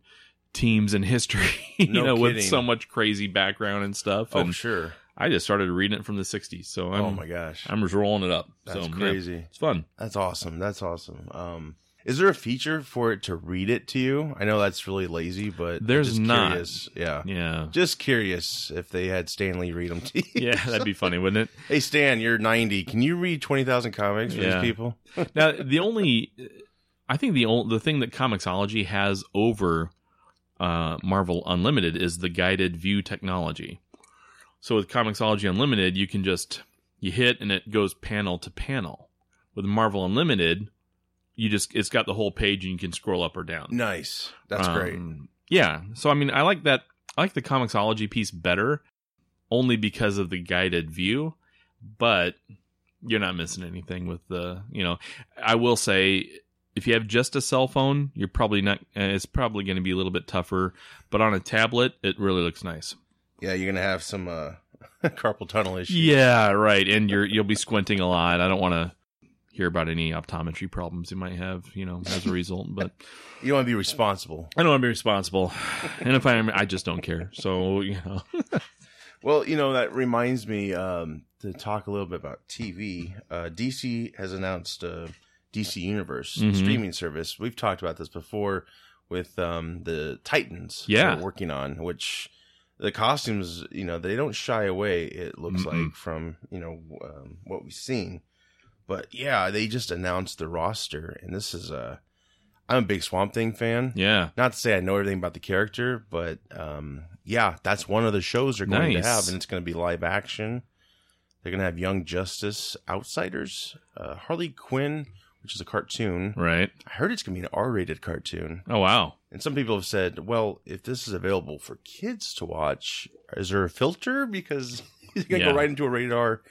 teams in history? <laughs> you No know, with kidding. so much crazy background and stuff. oh and sure. I just started reading it from the '60s, so I'm oh my gosh. I'm just rolling it up. That's so yeah, crazy. it's fun. That's awesome. That's awesome. Um, is there a feature for it to read it to you? I know that's really lazy, but I'm There's just not. Curious. Yeah. <laughs> Yeah. Just curious if they had Stanley read them to you. Yeah, that'd be funny, wouldn't it? <laughs> Hey Stan, you're 90. Can you read 20,000 comics for Yeah. these people? <laughs> now the only i think the only the thing that comixology has over uh, marvel unlimited is the guided view technology so with comixology unlimited you can just you hit and it goes panel to panel with marvel unlimited you just it's got the whole page and you can scroll up or down Nice. That's great. um, Yeah. So I mean, I like that. I like the comicsology piece better, only because of the guided view. But you're not missing anything with the. You know, I will say if you have just a cell phone, you're probably not. Uh, it's probably going to be a little bit tougher. But on a tablet, it really looks nice. Yeah, you're gonna have some uh, <laughs> carpal tunnel issues. Yeah. Right. And you're you'll be squinting a lot. I don't want to hear about any optometry problems you might have. You know, as a result. But You want to be responsible. <laughs> I don't want to be responsible. And if I am, I just don't care. So you know. Well, you know that reminds me um, to talk a little bit about TV. Uh, DC has announced uh, DC Universe Mhm. streaming service. We've talked about this before with um, the Titans. Yeah. they're working on which the costumes. You know they don't shy away. It looks Mm-mm. like from you know um, what we've seen. But yeah, they just announced the roster, and this is a. I'm a big Swamp Thing fan. Yeah. not to say I know everything about the character, but um, yeah, that's one of the shows they're going Nice. to have, and it's going to be live action. They're going to have Young Justice, Outsiders, uh, Harley Quinn, which is a cartoon. Right. I heard it's going to be an R rated cartoon. Oh wow. And some people have said, well, if this is available for kids to watch, is there a filter? Because <laughs> you're going to Yeah. go right into a rated R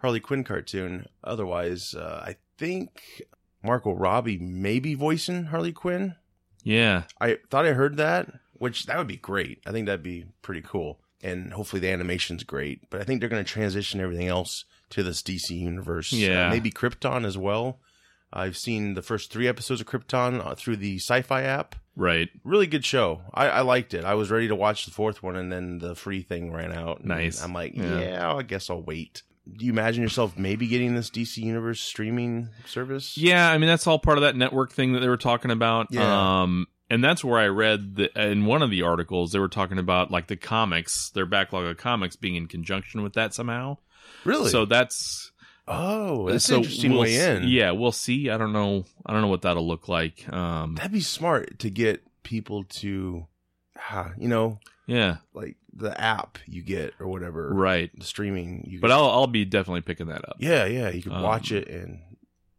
Harley Quinn cartoon. Otherwise, uh, I think Marco Robbie may be voicing Harley Quinn. Yeah. I thought I heard that, which that would be great. I think that'd be pretty cool. And hopefully the animation's great. But I think they're going to transition everything else to this DC universe. Uh, Yeah. maybe Krypton as well. I've seen the first three episodes of Krypton uh, through the sci fi app. Right. Really good show. I, I liked it. I was ready to watch the fourth one, and then the free thing ran out. and Nice. I'm like, Yeah. yeah. I guess I'll wait. Do you imagine yourself maybe getting this DC Universe streaming service? Yeah, I mean that's all part of that network thing that they were talking about. Yeah. Um and that's where I read the, in one of the articles they were talking about like the comics, their backlog of comics being in conjunction with that somehow. really. So that's oh, that's so an interesting we'll way s- in. Yeah, we'll see. I don't know. I don't know what that'll look like. Um That'd be smart to get people to, ah, you know, yeah, like the app you get or whatever, right. the streaming. You But get. I'll I'll be definitely picking that up. yeah, yeah, you could Um, watch it and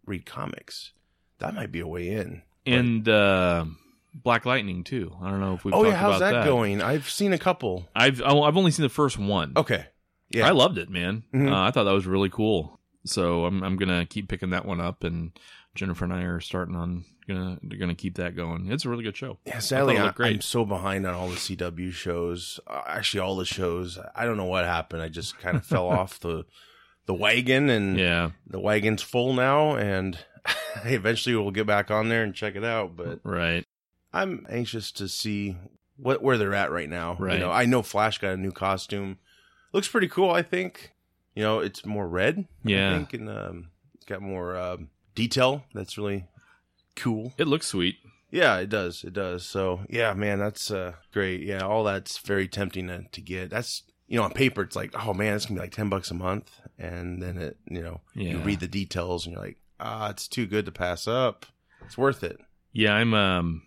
read comics. That might be a way in. And uh, Black Lightning too. I don't know if we've oh talked yeah, how's about that, that. going? I've seen a couple. I've oh, I've only seen the first one. Okay, yeah, I loved it, man. Mhm. Uh, I thought that was really cool. So I'm I'm gonna keep picking that one up, and Jennifer and I are starting on gonna they're gonna keep that going. It's a really good show. Yeah, sadly, it I looked great. am so behind on all the CW shows. Uh, actually, all the shows. I don't know what happened. I just <laughs> kind of fell off the the wagon, and Yeah, the wagon's full now. And <laughs> I eventually will get back on there and check it out. But right. I'm anxious to see what where they're at right now. Right. You know, I know Flash got a new costume. Looks pretty cool. I think. You know, it's more red. I Yeah. think, and um, it's got more um, detail. That's really cool. It looks sweet. Yeah, it does. It does. So yeah, man, that's uh, great. Yeah, all that's very tempting to, to get. That's you know, on paper, it's like, oh man, it's gonna be like ten bucks a month, and then it, you know, you Yeah. read the details and you're like, ah, it's too good to pass up. It's worth it. Yeah, I'm um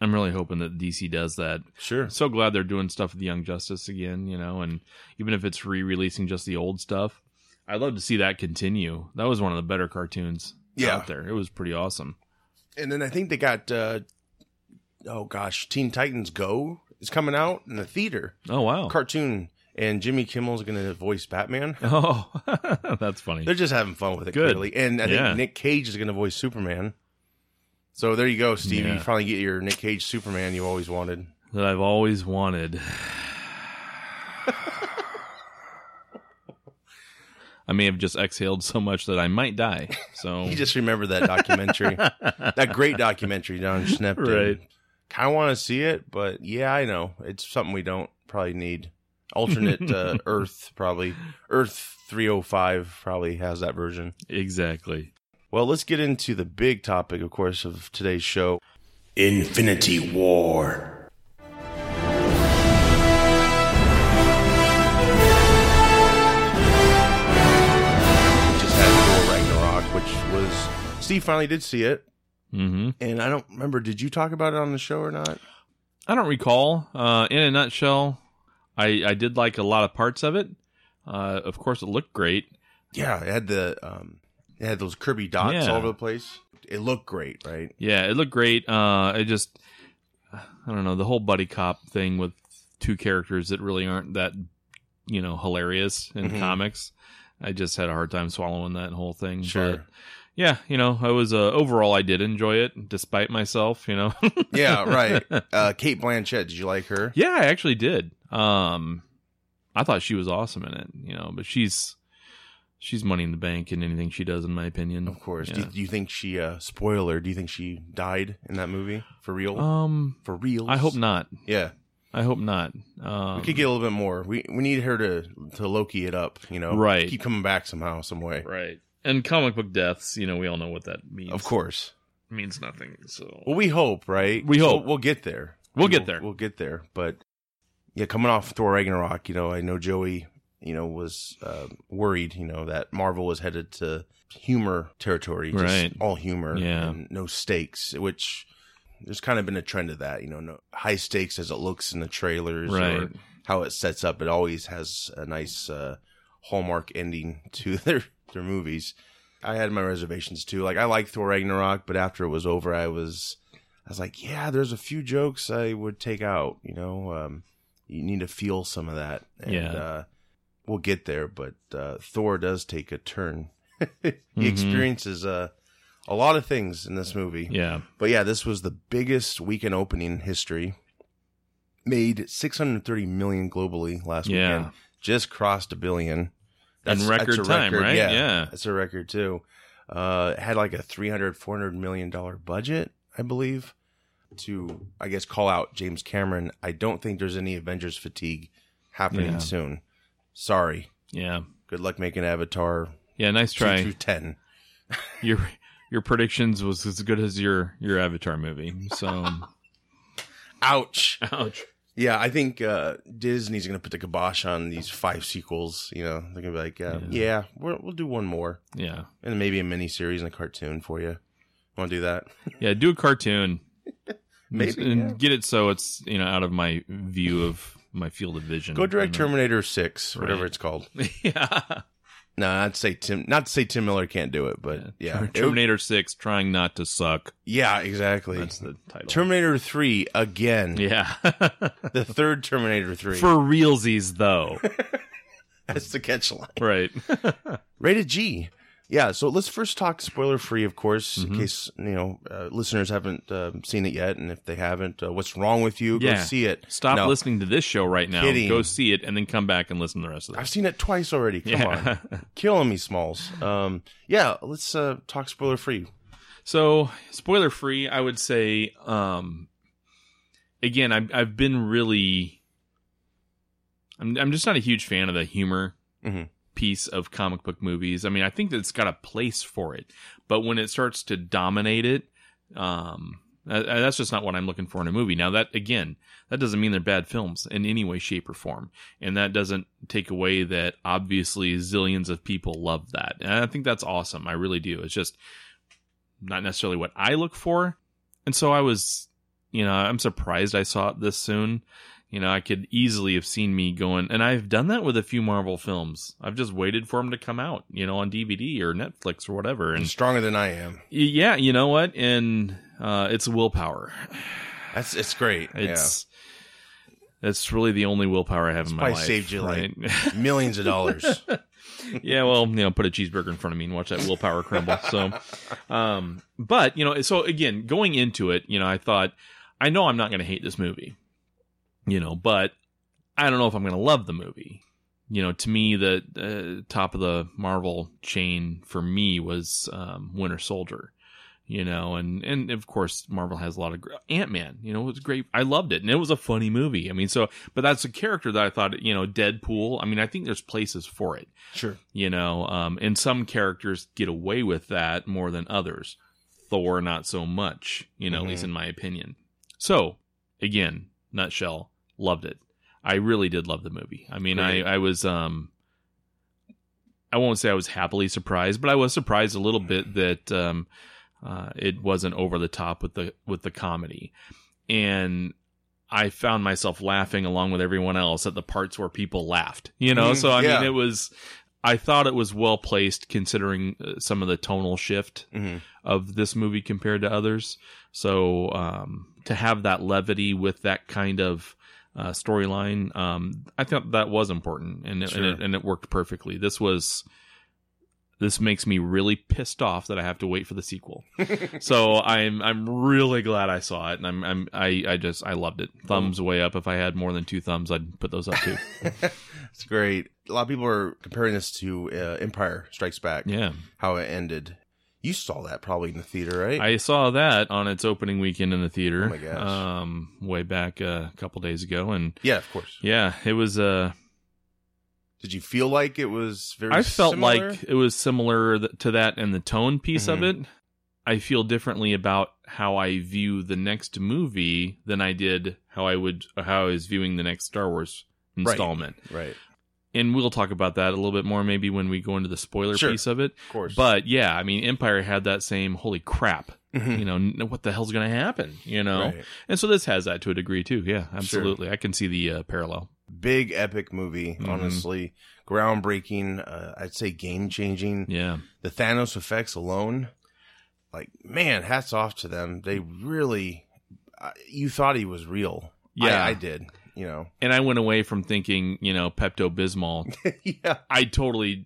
I'm really hoping that DC does that. Sure. I'm so glad they're doing stuff with the Young Justice again. You know, and even if it's re-releasing just the old stuff, I'd love to see that continue. That was one of the better cartoons Yeah. out there. It was pretty awesome. And then I think they got, uh, oh gosh, Teen Titans Go is coming out in the theater Oh wow. cartoon, and Jimmy Kimmel's gonna voice Batman. <laughs> oh, <laughs> that's funny. They're just having fun with it, Good. clearly. And I Yeah. think Nick Cage is going to voice Superman. So there you go, Steve. Yeah. You finally get your Nick Cage Superman you always wanted. that I've always wanted. I may have just exhaled so much that I might die. So <laughs> You just remember that <laughs> documentary, that great documentary Don Schnepp did. Right. Kind of want to see it, but yeah, I know it's something we don't probably need. Alternate <laughs> uh, Earth, probably Earth 305 probably has that version. exactly. Well, let's get into the big topic, of course, of today's show. Infinity War. We just had Thor Ragnarok, which was Steve finally did see it. hmm And I don't remember. Did you talk about it on the show or not? I don't recall. Uh, in a nutshell, I I did like a lot of parts of it. Uh, of course, it looked great. Yeah, it had the um, it had those Kirby dots Yeah. Mm. all over the place. It looked great, right? Yeah, it looked great. Uh, I just I don't know the whole buddy cop thing with two characters that really aren't that you know hilarious in Mhm. comics. I just had a hard time swallowing that whole thing. but yeah, you know, I was uh, overall I did enjoy it despite myself, you know. <laughs> <laughs> yeah, right. Uh, Kate Blanchett, did you like her? yeah, I actually did. Um I thought she was awesome in it, you know, but she's she's money in the bank in anything she does in my opinion. Of course. Do, Yeah. do you think she uh, spoiler? Do you think she died in that movie for real? Um for real? I hope not. Yeah, I hope not. Um we could get a little bit more. We we need her to to Loki it up. You know, Right. Keep coming back somehow, some way. right. And comic book deaths, you know, we all know what that means. Of course. means nothing. So Well, we hope, right? We hope. we'll, we'll get there. We'll get there. We'll get there. But yeah, coming off Thor Ragnarok, you know, I know Joey, you know, was uh, worried, you know, that Marvel was headed to humor territory, just Right. all humor, Yeah. and no stakes, which there's kind of been a trend of that, you know, no high stakes as it looks in the trailers Right. or how it sets up. It <laughs> always has a nice uh, hallmark ending to their their movies. I had my reservations too. Like I liked Thor Ragnarok, but after it was over, I was I was like, yeah, there's a few jokes I would take out. You know, um, you need to feel some of that. And, Yeah. Uh, we'll get there, but uh, Thor does take a turn. <laughs> he Mhm. experiences uh, a lot of things in this movie. Yeah. But yeah, this was the biggest weekend opening in history. Made 630 million globally last Yeah. weekend. Just crossed a billion. In record a time, right? Yeah, Yeah. That's a record too. Uh, it had like a 300 400 million dollar budget, I believe, to I guess call out James Cameron. I don't think there's any Avengers fatigue happening Yeah. soon. Sorry. Yeah. Good luck making Avatar Yeah. Nice 2 through try. 10. Your your predictions was as good as your your Avatar movie. <laughs> So Ouch. ouch. Yeah, I think uh, Disney's going to put the kibosh on these five sequels. You know, they're going to be like, uh, Yeah. yeah, we're, we'll do one more Yeah. and maybe a mini series and a cartoon for you. Want to do that? Yeah. Do a cartoon. <laughs> Maybe, and yeah. get it so it's you know out of my view of my field of vision. Go direct You know? Terminator Six, whatever mm-hmm. Right. it's called. <laughs> yeah. No, not to say Tim. Not to say Tim Miller can't do it, but yeah, It- Terminator Six, trying not to suck. yeah, exactly. That's the title. Terminator Three again. yeah. The third Terminator Three. For realsies, <laughs> though. That's the catchline. right. Rated G. Yeah, so let's first talk spoiler free, of course, in Mhm. case you know uh, listeners haven't uh, seen it yet, and if they haven't, uh, what's wrong with you? Go Yeah. see it. Stop No. listening to this show right now. Kidding. Go see it and then come back and listen to the rest of I've it. seen it twice already. Come on, Yeah. <laughs> killing me, Smalls. Um, yeah, let's uh, talk spoiler free. So, spoiler free, I would say, um, again, I've, I've been really, I'm, I'm just not a huge fan of the humor Mhm. piece of comic book movies. I mean, I think that it's got a place for it, but when it starts to dominate it, um, tha- that's just not what I'm looking for in a movie. Now, that, again, that doesn't mean they're bad films in any way, shape, or form. And that doesn't take away that obviously zillions of people love that. And I think that's awesome. I really do. It's just, not necessarily what I look for. And so I was, you know, I'm surprised I saw it this soon. You know, I could easily have seen me going, and I've done that with a few Marvel films. I've just waited for them to come out, you know, on DVD or Netflix or whatever. You're And stronger than I am. yeah, you know what? And uh, it's willpower. <sighs> That's it's great. It's that's really the only willpower I have in my probably life. saved you, like, right? <laughs> yeah, millions of dollars. yeah, well, you know, put a cheeseburger in front of me and watch that willpower crumble. So, um, but you know, so again, going into it, you know, I thought, I know I'm not going to hate this movie, you know, but I don't know if I'm going to love the movie. You know, to me, the uh, top of the Marvel chain for me was um, Winter Soldier. You know, and and of course, Marvel has a lot of gr- Ant Man. You know, it was great. I loved it, and it was a funny movie. I mean, so but that's a character that I thought, you know, Deadpool. I mean, I think there's places for it sure. you know um, and some characters get away with that more than others thor not so much you know at least in my opinion so again nutshell loved it i really did love the movie i mean I, Great. I was um i won't say i was happily surprised but i was surprised a little bit that um uh, it wasn't over the top with the with the comedy and I found myself laughing along with everyone else at the parts where people laughed. You know, Mhm, so I yeah. mean, it was. I thought it was well placed considering uh, some of the tonal shift hmm of this movie compared to others. So um, to have that levity with that kind of uh, storyline, um, I thought that was important, and it, Sure. and, it, and it worked perfectly. This was. This makes me really pissed off that I have to wait for <laughs> the sequel. so I'm I'm really glad I saw it, and I'm I'm I, I just I loved it. Thumbs way up. If I had more than two thumbs, I'd put those up <laughs> too. <laughs> It's great. A lot of people are comparing this to uh, Empire Strikes Back. yeah, How it ended. You saw that probably in the theater, right? I saw that on its opening weekend in the theater. Oh my gosh. Um, way back uh, a couple days ago, and yeah, of course. yeah, it was uh Did you feel like it was very? I felt similar? Mm-hmm. like it was similar th- to that and the tone piece of it. I feel differently about how I view the next movie than I did how I would how I was viewing the next Star Wars installment. right. And we'll talk about that a little bit more maybe when we go into the spoiler Sure. piece of it. Of course. But yeah, I mean Empire had that same holy crap, Mhm. <laughs> you know, n- what the hell's going to happen, you know. Right. And so this has that to a degree too. Yeah, absolutely. I can see the uh, parallel. big epic movie. Mhm. Honestly, groundbreaking. Uh, I'd say game changing. Yeah. The Thanos effects alone, like man, hats off to them. They really, uh, you thought he was real. I- Yeah. I, did. You know, <laughs> And I went away from thinking, you know, Pepto Bismol. yeah, I totally,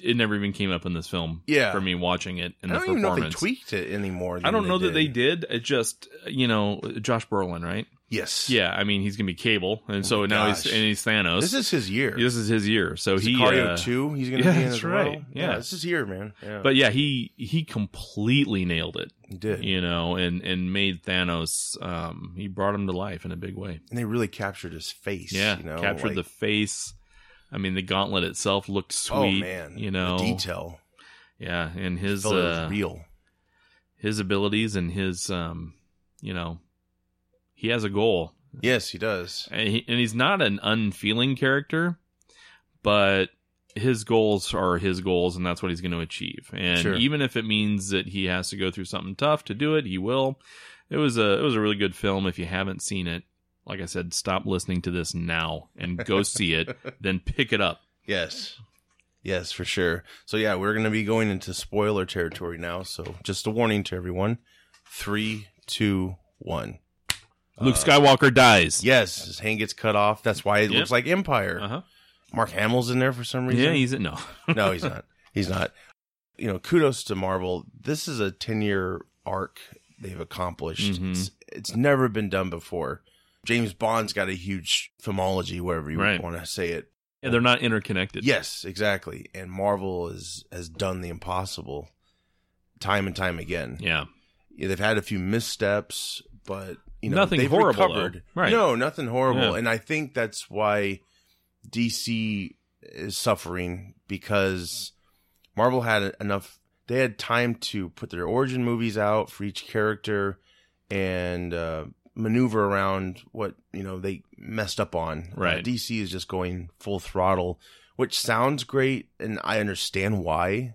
it never even came up in this film yeah. for me watching it and I the don't even know if they performance. tweaked it anymore. I don't than know that they did. did. It just, you know, Josh Brolin, right? Yes. Yeah, I mean, he's gonna be Cable, and so Oh my now gosh. he's and he's Thanos. This is his year. this is his year. So he, Sicario uh, two. He's gonna <laughs> yeah, be in that's as right. well. Yeah. this is here, man. Yeah, but yeah, he he completely nailed it, he did, you know, and and made Thanos. Um, he brought him to life in a big way. and they really captured his face. Yeah, you know, captured the like, face. I mean, the gauntlet itself looked sweet. oh man, you know, the detail. yeah, and his felt it was uh, real. his abilities and his um, you know, he has a goal. Yes, he does. and, he, and he's not an unfeeling character, but his goals are his goals, and that's what he's going to achieve. And Sure. even if it means that he has to go through something tough to do it, he will. It was a it was a really good film. If you haven't seen it, like I said, stop listening to this now and go <laughs> see it, then pick it up. Yes, yes, for sure. So yeah, we're gonna be going into spoiler territory now. So just a warning to everyone: three, two, one. Uh, Luke Skywalker dies. Yes, his hand gets cut off. That's why it Yep. looks like Empire. Uh huh. Mark Hamill's in there for some reason. Yeah, he's in. No. no, he's not. He's not. You know, kudos to Marvel. This is a 10 year arc they've accomplished. Mhm. It's, it's never been done before. James Bond's got a huge filmology, wherever you Right. want to say it. Yeah, they're not interconnected. Yes, exactly. And Marvel is, has done the impossible time and time again. Yeah. Yeah, they've had a few missteps, but you know Nothing they've horrible, Recovered. though. Right. No, nothing horrible, Yeah. and I think that's why DC is suffering because Marvel had enough. They had time to put their origin movies out for each character and uh, maneuver around what you know they messed up on. Right. Uh, DC is just going full throttle, which sounds great, and I understand why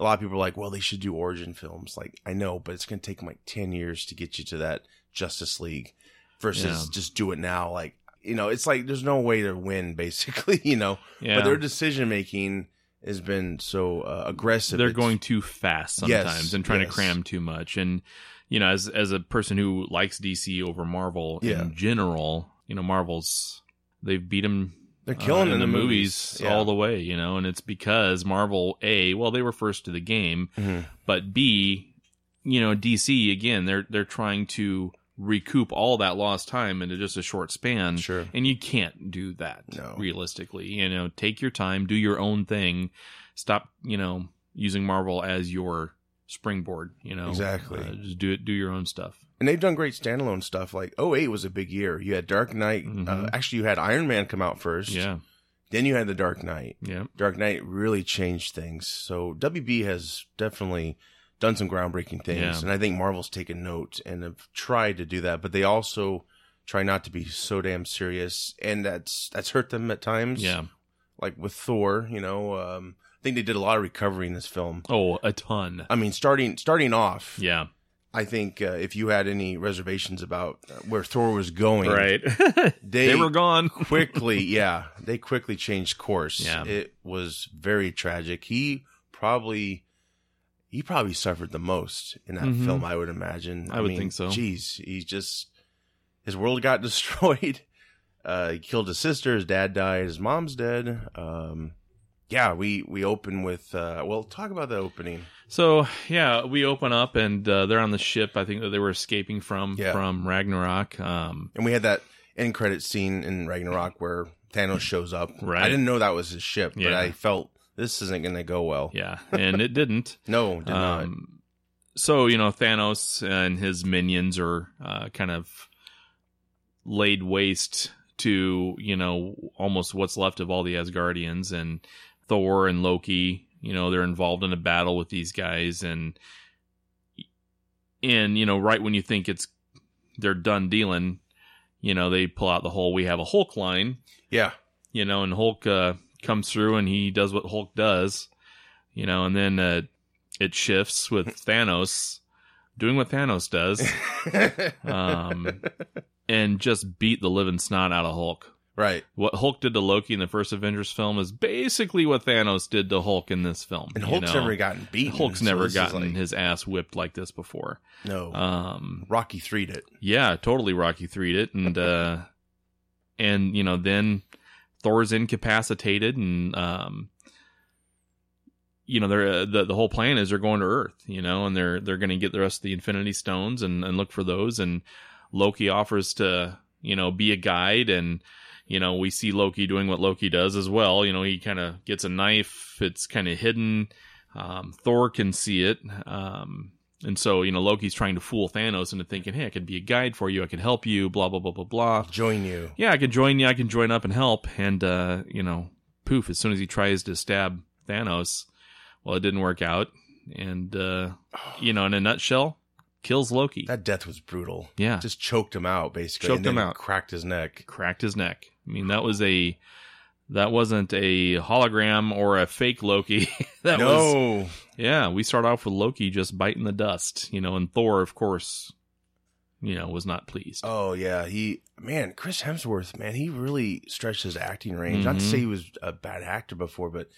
a lot of people are like, well, they should do origin films. Like, I know, but it's going to take them like 10 years to get you to that Justice League versus Yeah. just do it now. Like, you know, it's like there's no way to win, <laughs> basically, you know. Yeah. But their decision making has been so uh, aggressive. they're It's- going too fast Yes, sometimes and trying yes. to cram too much and you know as as a person who likes dc over marvel Yeah. in general you know marvel's they've beat uh, them They're killing in the movies. Yeah. all the way you know and it's because marvel a well they were first to the game Mhm. but b you know dc again they're they're trying to recoup all that lost time into just a short span Sure. and you can't do that No. realistically. You know, take your time, do your own thing. Stop, you know, using Marvel as your springboard, you know. Exactly. Uh, just do it do your own stuff. And they've done great standalone stuff. Like, 08 was a big year. You had Dark Knight. Uh, Mhm. actually, you had Iron Man come out first. Yeah. Then you had The Dark Knight. Yeah. Dark Knight really changed things. So WB has definitely done some groundbreaking things, Yeah. and I think Marvel's taken note and have tried to do that, but they also try not to be so damn serious, and that's that's hurt them at times. Yeah. like with Thor, you know, um, I think they did a lot of recovery in this film. Oh, a ton. I mean, starting starting off, Yeah. I think uh, if you had any reservations about uh, where Thor was going, <laughs> Right. they, they, were gone. quickly, yeah, they quickly changed course. Yeah. It was very tragic. He probably he probably suffered the most in that Mhm. film, I would imagine. I would think so. Geez, he's just his world got <laughs> destroyed. Uh, he killed his sister. His dad died. His mom's dead. Um, yeah, we we open with uh, well, talk about the opening. <laughs> So, yeah, we open up and uh, they're on the ship I think that they were escaping from Yeah. from Ragnarok. Um And we had that end credit scene in Ragnarok where Thanos shows up. Right. I didn't know that was his ship, but Yeah. I felt this isn't going to go well. yeah, and it didn't. No, did not. Um, so you know Thanos and his minions are uh, kind of laid waste to you know almost what's left of all the Asgardians and Thor and Loki. You know they're involved in a battle with these guys and and you know right when you think it's they're done dealing, you know they pull out the whole we have a Hulk line Yeah, <laughs> you know, and Hulk uh, comes through and he does what Hulk does, you know, and then uh, it <laughs> shifts with Thanos doing what Thanos does um, and just beat the living snot out of Hulk. <laughs> Right. What Hulk did to Loki in the first Avengers film is basically what Thanos did to Hulk in this film. And you Hulk's know? never gotten beaten. Hulk's so never this is gotten like- his ass whipped like this before. No. Um, Rocky 3 did. yeah, totally Rocky three'd <laughs> it, and uh, and you know then Thor's incapacitated, and um, you know they're uh, the the whole plan is they're going to Earth, you know, and they're they're going to get the rest of the Infinity Stones and and look for those, and Loki offers to you know be a guide and. You know, we see Loki doing what Loki does as well. You know, he kind of gets a knife. It's kind of hidden. Um, Thor can see it. Um, and so, you know, Loki's trying to fool Thanos into thinking, hey, I could be a guide for you. I could help you, blah, blah, blah, blah, blah. Join you. Yeah, I can join you. I can join up and help. And, uh, you know, poof, as soon as he tries to stab Thanos, well, it didn't work out. And, uh, you know, in a nutshell, kills Loki. That death was brutal. yeah. Just choked him out, basically. Choked and then him out. Cracked his neck. cracked his neck. I mean, that was a. That wasn't a hologram or a fake Loki. <laughs> that was no. Yeah, we start off with Loki just biting the dust, you know, and Thor, of course, you know, was not pleased. Oh yeah, he man, Chris Hemsworth, man, he really stretched his acting range. Not to Mhm. say he was a bad actor before, but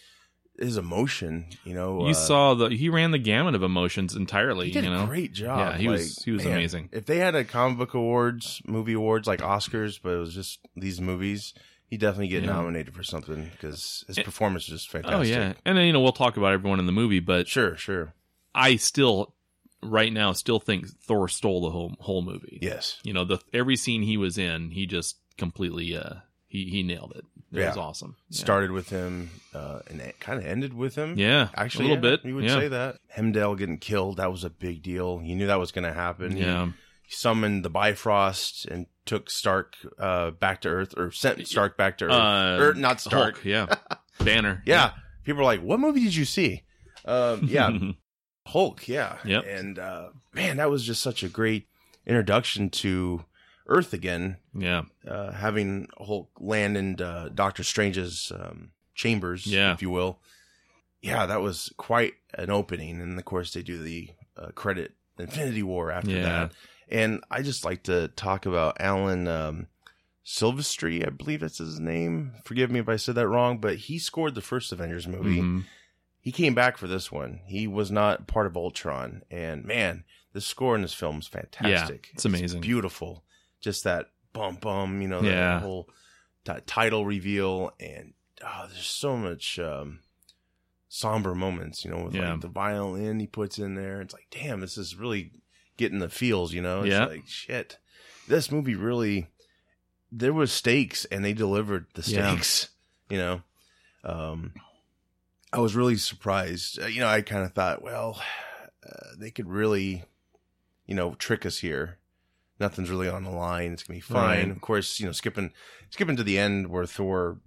his emotion, you know, you uh, saw the he ran the gamut of emotions entirely, he did you know. a great job. Yeah, he was- Like, he was man, amazing. If they had a comic book awards, movie awards like Oscars, but it was just these movies, he definitely get Yeah. nominated for something because his And- performance was just oh fantastic. yeah. And then you know, we'll talk about everyone in the movie, but sure, sure, I still right now still think Thor stole the whole whole movie. yes, You know, the every scene he was in, he just completely uh he he nailed it. It Yeah. was awesome. Yeah. started with him uh, and it kind of ended with him. Yeah. Actually, a little yeah, bit. You would yeah. say that Hemdale getting killed—that was a big deal. You knew that was going to happen. He- Yeah. He summoned the Bifrost and took Stark uh, back to Earth, or sent Stark back to Earth, Uh, or not Stark. <laughs> Hulk, yeah. Banner. Yeah, people are like, "What movie did you see?" Um, <laughs> yeah, Hulk. Yeah, Yep. And uh, man, that was just such a great introduction to Earth again. yeah. Uh, having Hulk land in uh, Doctor Strange's um, chambers, Yeah. if you will. Yeah, that was quite an opening, and of course they do the uh, credit Infinity War after Yeah. that. And I just like to talk about Alan um, Silvestri, I believe that's his name. Forgive me if I said that wrong, but he scored the first Avengers movie. Mhm. He came back for this one. He was not part of Ultron, and man, the score in this film is fantastic. it's amazing. beautiful. Just that bum bum, you know, that Yeah. whole t- title reveal, and oh, there's so much um, somber moments, you know, with Yeah. like the violin he puts in there. It's like, damn, this is really getting the feels, you know? It's Yeah. like, shit, this movie really, there was stakes and they delivered the Yeah. stakes, you know? Um, I was really surprised. Uh, You know, I kind of thought, well, uh, they could really, you know, trick us here. Nothing's really on the line. It's gonna be fine. Right. Of course, you know, skipping skipping to the end where Thor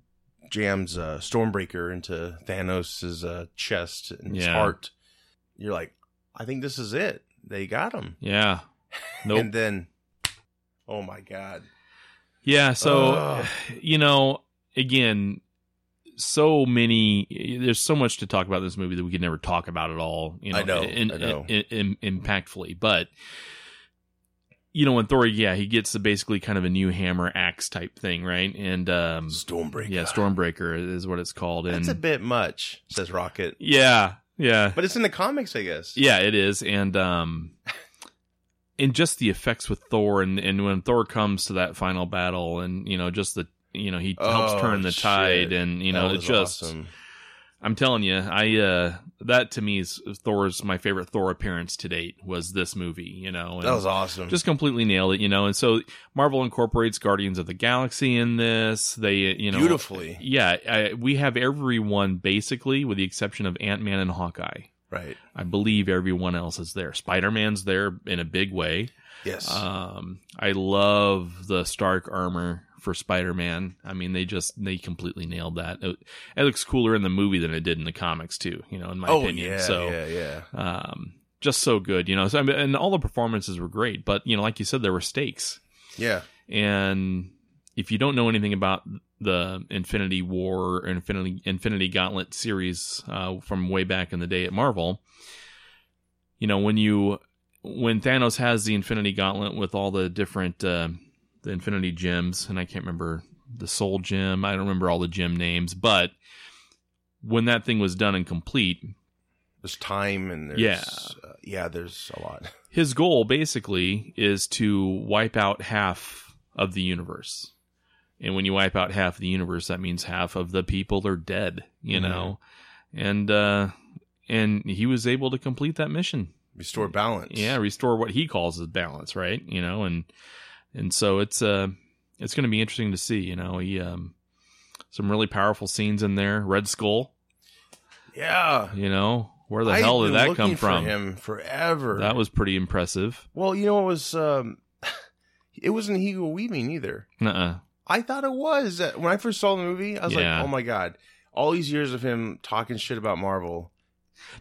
jams uh, Stormbreaker into Thanos' uh, chest and his Yeah. heart. You're like, I think this is it. They got him. Yeah. Nope. And then, oh my god, yeah. So, Ugh. you know, again, so many, there's so much to talk about in this movie that we could never talk about at all, you know, I know, in, I know. in- in- impactfully. But, you know, when Thor, yeah, he gets the basically kind of a new hammer axe type thing, right? And, um, Stormbreaker. yeah, Stormbreaker is what it's called. And, That's a bit much, says Rocket. yeah. Yeah. But it's in the comics, I guess. Yeah, it is, and um, and just the effects with Thor, and and when Thor comes to that final battle, and you know, just the you know he Oh, helps turn the shit. tide, and you know, That it was just awesome. I'm telling you, I uh, that to me is Thor's my favorite Thor appearance to date was this movie, you know, and that was awesome. just completely nailed it, you know, and so Marvel incorporates Guardians of the Galaxy in this, they you know beautifully, yeah, I, we have everyone basically with the exception of Ant Man and Hawkeye. right? I believe everyone else is there. Spider Man's there in a big way. Yes. Um, I love the Stark armor for Spider Man. I mean, they just they completely nailed that. It, it looks cooler in the movie than it did in the comics too. You know, in my oh opinion. yeah, so, yeah, yeah. um, just so good. You know, so, I mean, and all the performances were great. But you know, like you said, there were stakes, Yeah. and if you don't know anything about the Infinity War or Infinity Infinity Gauntlet series uh, from way back in the day at Marvel, you know when you when Thanos has the Infinity Gauntlet with all the different uh, the Infinity gems, and I can't remember the Soul Gym. I don't remember all the gym names, but when that thing was done and complete, There's time and there's Yeah. uh, yeah, there's a lot. <laughs> his goal basically is to wipe out half of the universe. And when you wipe out half of the universe, that means half of the people are dead, you Mhm. know. And uh and he was able to complete that mission. Restore balance. Yeah, restore what he calls his balance, right? You know, and and so it's uh it's going to be interesting to see, you know. He um some really powerful scenes in there. Red Skull, Yeah. you know. Where the I've hell been did that looking come from? For him forever. That was pretty impressive. well, you know, it was um, <laughs> it wasn't Hugo Weaving either. Uh-uh. I thought it was Uh, when I first saw the movie. I was Yeah. like, oh my god, all these years of him talking shit about Marvel,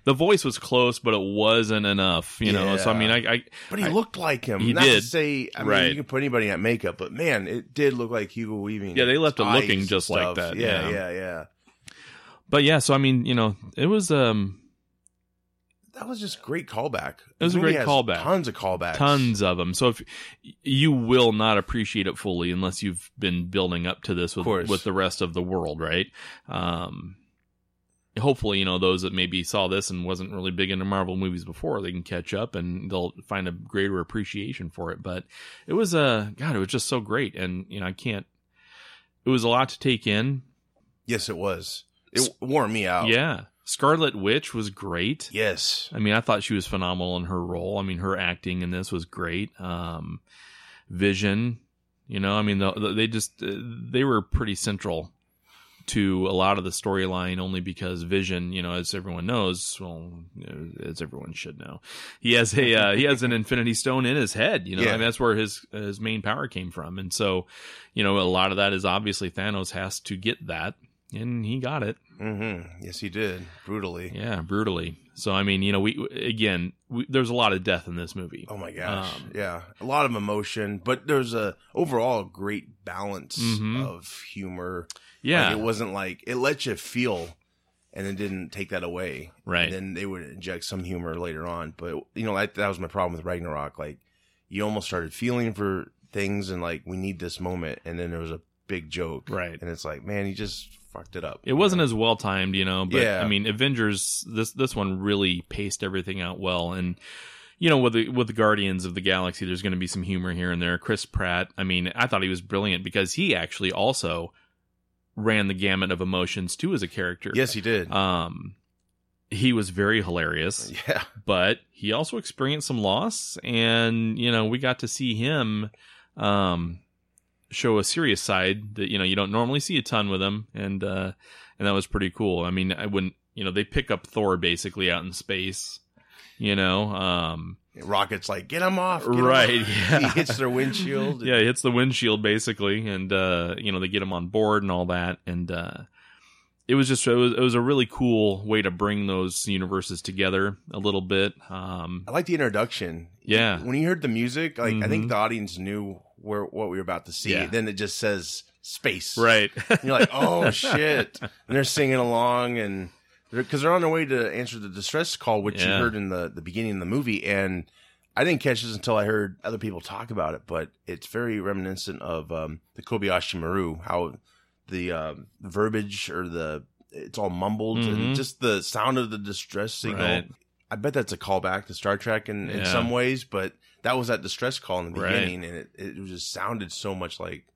the voice was close, but it wasn't enough, you know. So I Yeah. mean, I, I but he I- looked like him. He Not did. to say, I mean, Right. you can put anybody in that makeup, but man, it did look like Hugo Weaving. Yeah, they left it Eyes looking and just like stuff. that, Yeah, yeah. yeah, yeah, but yeah, so I mean, you know, it was um That was just great callback. It was a The movie great has callback. Tons of callbacks. tons of them. So if you will not appreciate it fully unless you've been building up to this with course. with the rest of the world, right? Um hopefully, you know, those that maybe saw this and wasn't really big into Marvel movies before, they can catch up and they'll find a greater appreciation for it, but it was uh, god, it was just so great and you know, I can't it was a lot to take in. Yes, it was. It wore me out. Yeah. Scarlet Witch was great. Yes. I mean, I thought she was phenomenal in her role. I mean, her acting in this was great. Um, Vision, you know, I mean, the, the, they just uh, they were pretty central to a lot of the storyline only because Vision, you know, as everyone knows, well, uh, as everyone should know, he has a uh, he has an Infinity Stone in his head. You know, Yeah. I mean, that's where his his main power came from, and so you know, a lot of that is obviously Thanos has to get that, and he got it. hmm Yes, he did brutally. Yeah, brutally. So I mean, you know, we again, we, there's a lot of death in this movie. Oh my gosh. Um, yeah. A lot of emotion, but there's a overall great balance Mhm. of humor. yeah, Like, it wasn't like it let you feel and it didn't take that away. right. And then they would inject some humor later on. But you know, that that was my problem with Ragnarok. Like you almost started feeling for things and like we need this moment and then there was a big joke. Right. And it's like, man, you just fucked it up. It wasn't as well timed, you know, but Yeah. I mean, Avengers this this one really paced everything out well and you know, with the with the Guardians of the Galaxy, there's going to be some humor here and there. Chris Pratt, I mean, I thought he was brilliant because he actually also ran the gamut of emotions too as a character. Yes, he did. Um he was very hilarious. yeah. but he also experienced some loss and you know we got to see him um show a serious side that you know you don't normally see a ton with him and uh and that was pretty cool i mean i wouldn't you know they pick up thor basically out in space you know um Rocket's like, get him off. get 'em Right, off." <laughs> yeah. he hits their windshield. yeah, he hits the windshield basically, and uh, you know they get him on board and all that, and uh, it was just it was, it was a really cool way to bring those universes together a little bit. <laughs> Um, I like the introduction. Yeah. When you heard the music, like I Mhm. think the audience knew where what we were about to see. Yeah. Then it just says space. right? <laughs> And you're like, oh shit. And they're singing along and they're because they're on their way to answer the distress call, which Yeah. you heard in the, the beginning of the movie. And I didn't catch this until I heard other people talk about it, but it's very reminiscent of um, the Kobayashi Maru, how the um verbiage or the it's all mumbled Mhm. and just the sound of the distress signal. Right. I bet that's a callback to Star Trek in, Yeah. in some ways, but that was that distress call in the Right. beginning, and it, it just sounded so much like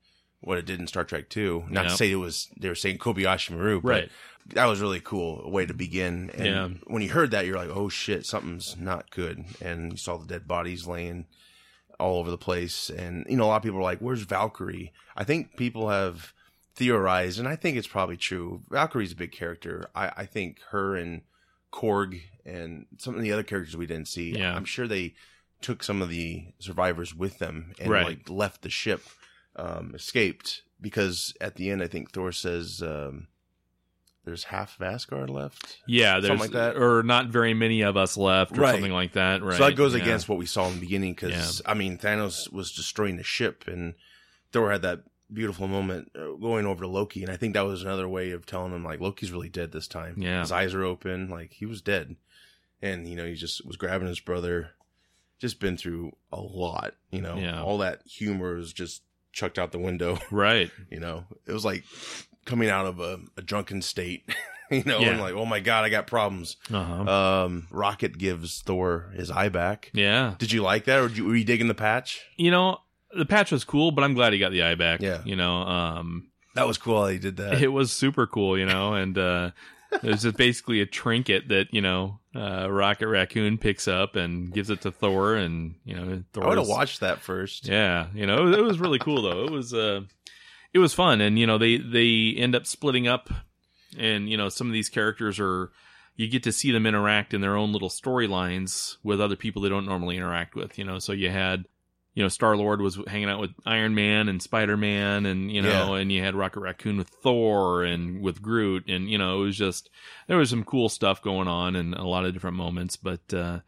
what it did in Star Trek Two. Not Yeah. to say it was they were saying Kobayashi Maru, but Right. that was really cool way to begin. And Yeah. when you heard that, you're like, oh shit, something's not good. And you saw the dead bodies laying all over the place, and you know a lot of people are like, where's Valkyrie? I think people have theorized, and I think it's probably true. Valkyrie's a big character. I, I think her and Korg and some of the other characters we didn't see. Yeah. I'm sure they took some of the survivors with them and Right. like left the ship, um, escaped because at the end I think Thor says um, there's half Asgard left. Yeah, there's Something like that. or not very many of us left, or Right. something like that. Right. So that goes yeah. against what we saw in the beginning because I mean Thanos was destroying the ship and Thor had that beautiful moment uh, going over to Loki and I think that was another way of telling him like Loki's really dead this time. Yeah. his eyes are open, like he was dead, and you know he just was grabbing his brother. Just been through a lot, you know. Yeah. All that humor is just chucked out the window. <laughs> Right. You know, it was like coming out of a, a drunken state. <laughs> You know, Yeah. and like, oh my god, I got problems. Uh-huh. Um, Rocket gives Thor his eye back. yeah. Did you like that, or did you, were you digging the patch? You know, the patch was cool, but I'm glad he got the eye back. Yeah. You know, um, That was cool. How he did that. it was super cool, you know, and <laughs> uh, it was just basically a trinket that you know uh, Rocket Raccoon picks up and gives it to Thor, and you know Thor. I would have watched that first. Yeah, you know, it was, it was really cool though. It was uh, it was fun, and you know they they end up splitting up, and you know some of these characters are you get to see them interact in their own little storylines with other people they don't normally interact with. You know, so you had. You know, Star Lord was hanging out with Iron Man and Spider Man, and you know, and you had Rocket Raccoon with Thor and with Groot, and you know, it was just there was some cool stuff going on and a lot of different moments. But uh,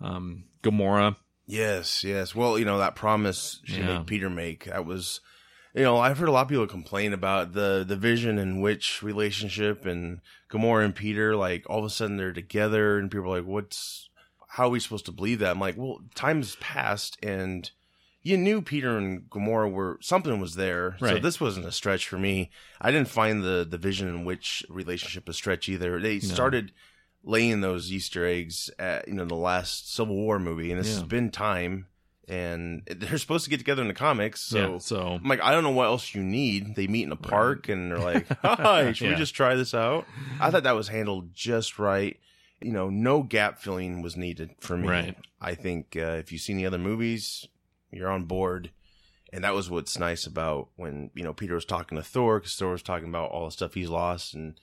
um, Gamora, Yes, yes. Well, you know that promise she Yeah. made Peter make. That was, you know, I've heard a lot of people complain about the the Vision and Witch relationship and Gamora and Peter. Like all of a sudden they're together, and people are like, "What's? How are we supposed to believe that?" I'm like, "Well, time's passed, and you knew Peter and Gamora were something was there. So Right. this wasn't a stretch for me. I didn't find the the Vision and Witch relationship a stretch either. They No. started laying those Easter eggs at you know the last Civil War movie, and this has Yeah. been time, and they're supposed to get together in the comics. So yeah, so I'm like, I don't know what else you need. They meet in a Right. park, and they're <laughs> like, "Hi, should Yeah. we just try this out?" I thought that was handled just right. You know, no gap filling was needed for me. Right. I think uh, if you've seen the other movies, you're on board. And that was what's nice about when, you know, Peter was talking to Thor because Thor was talking about all the stuff he's lost. And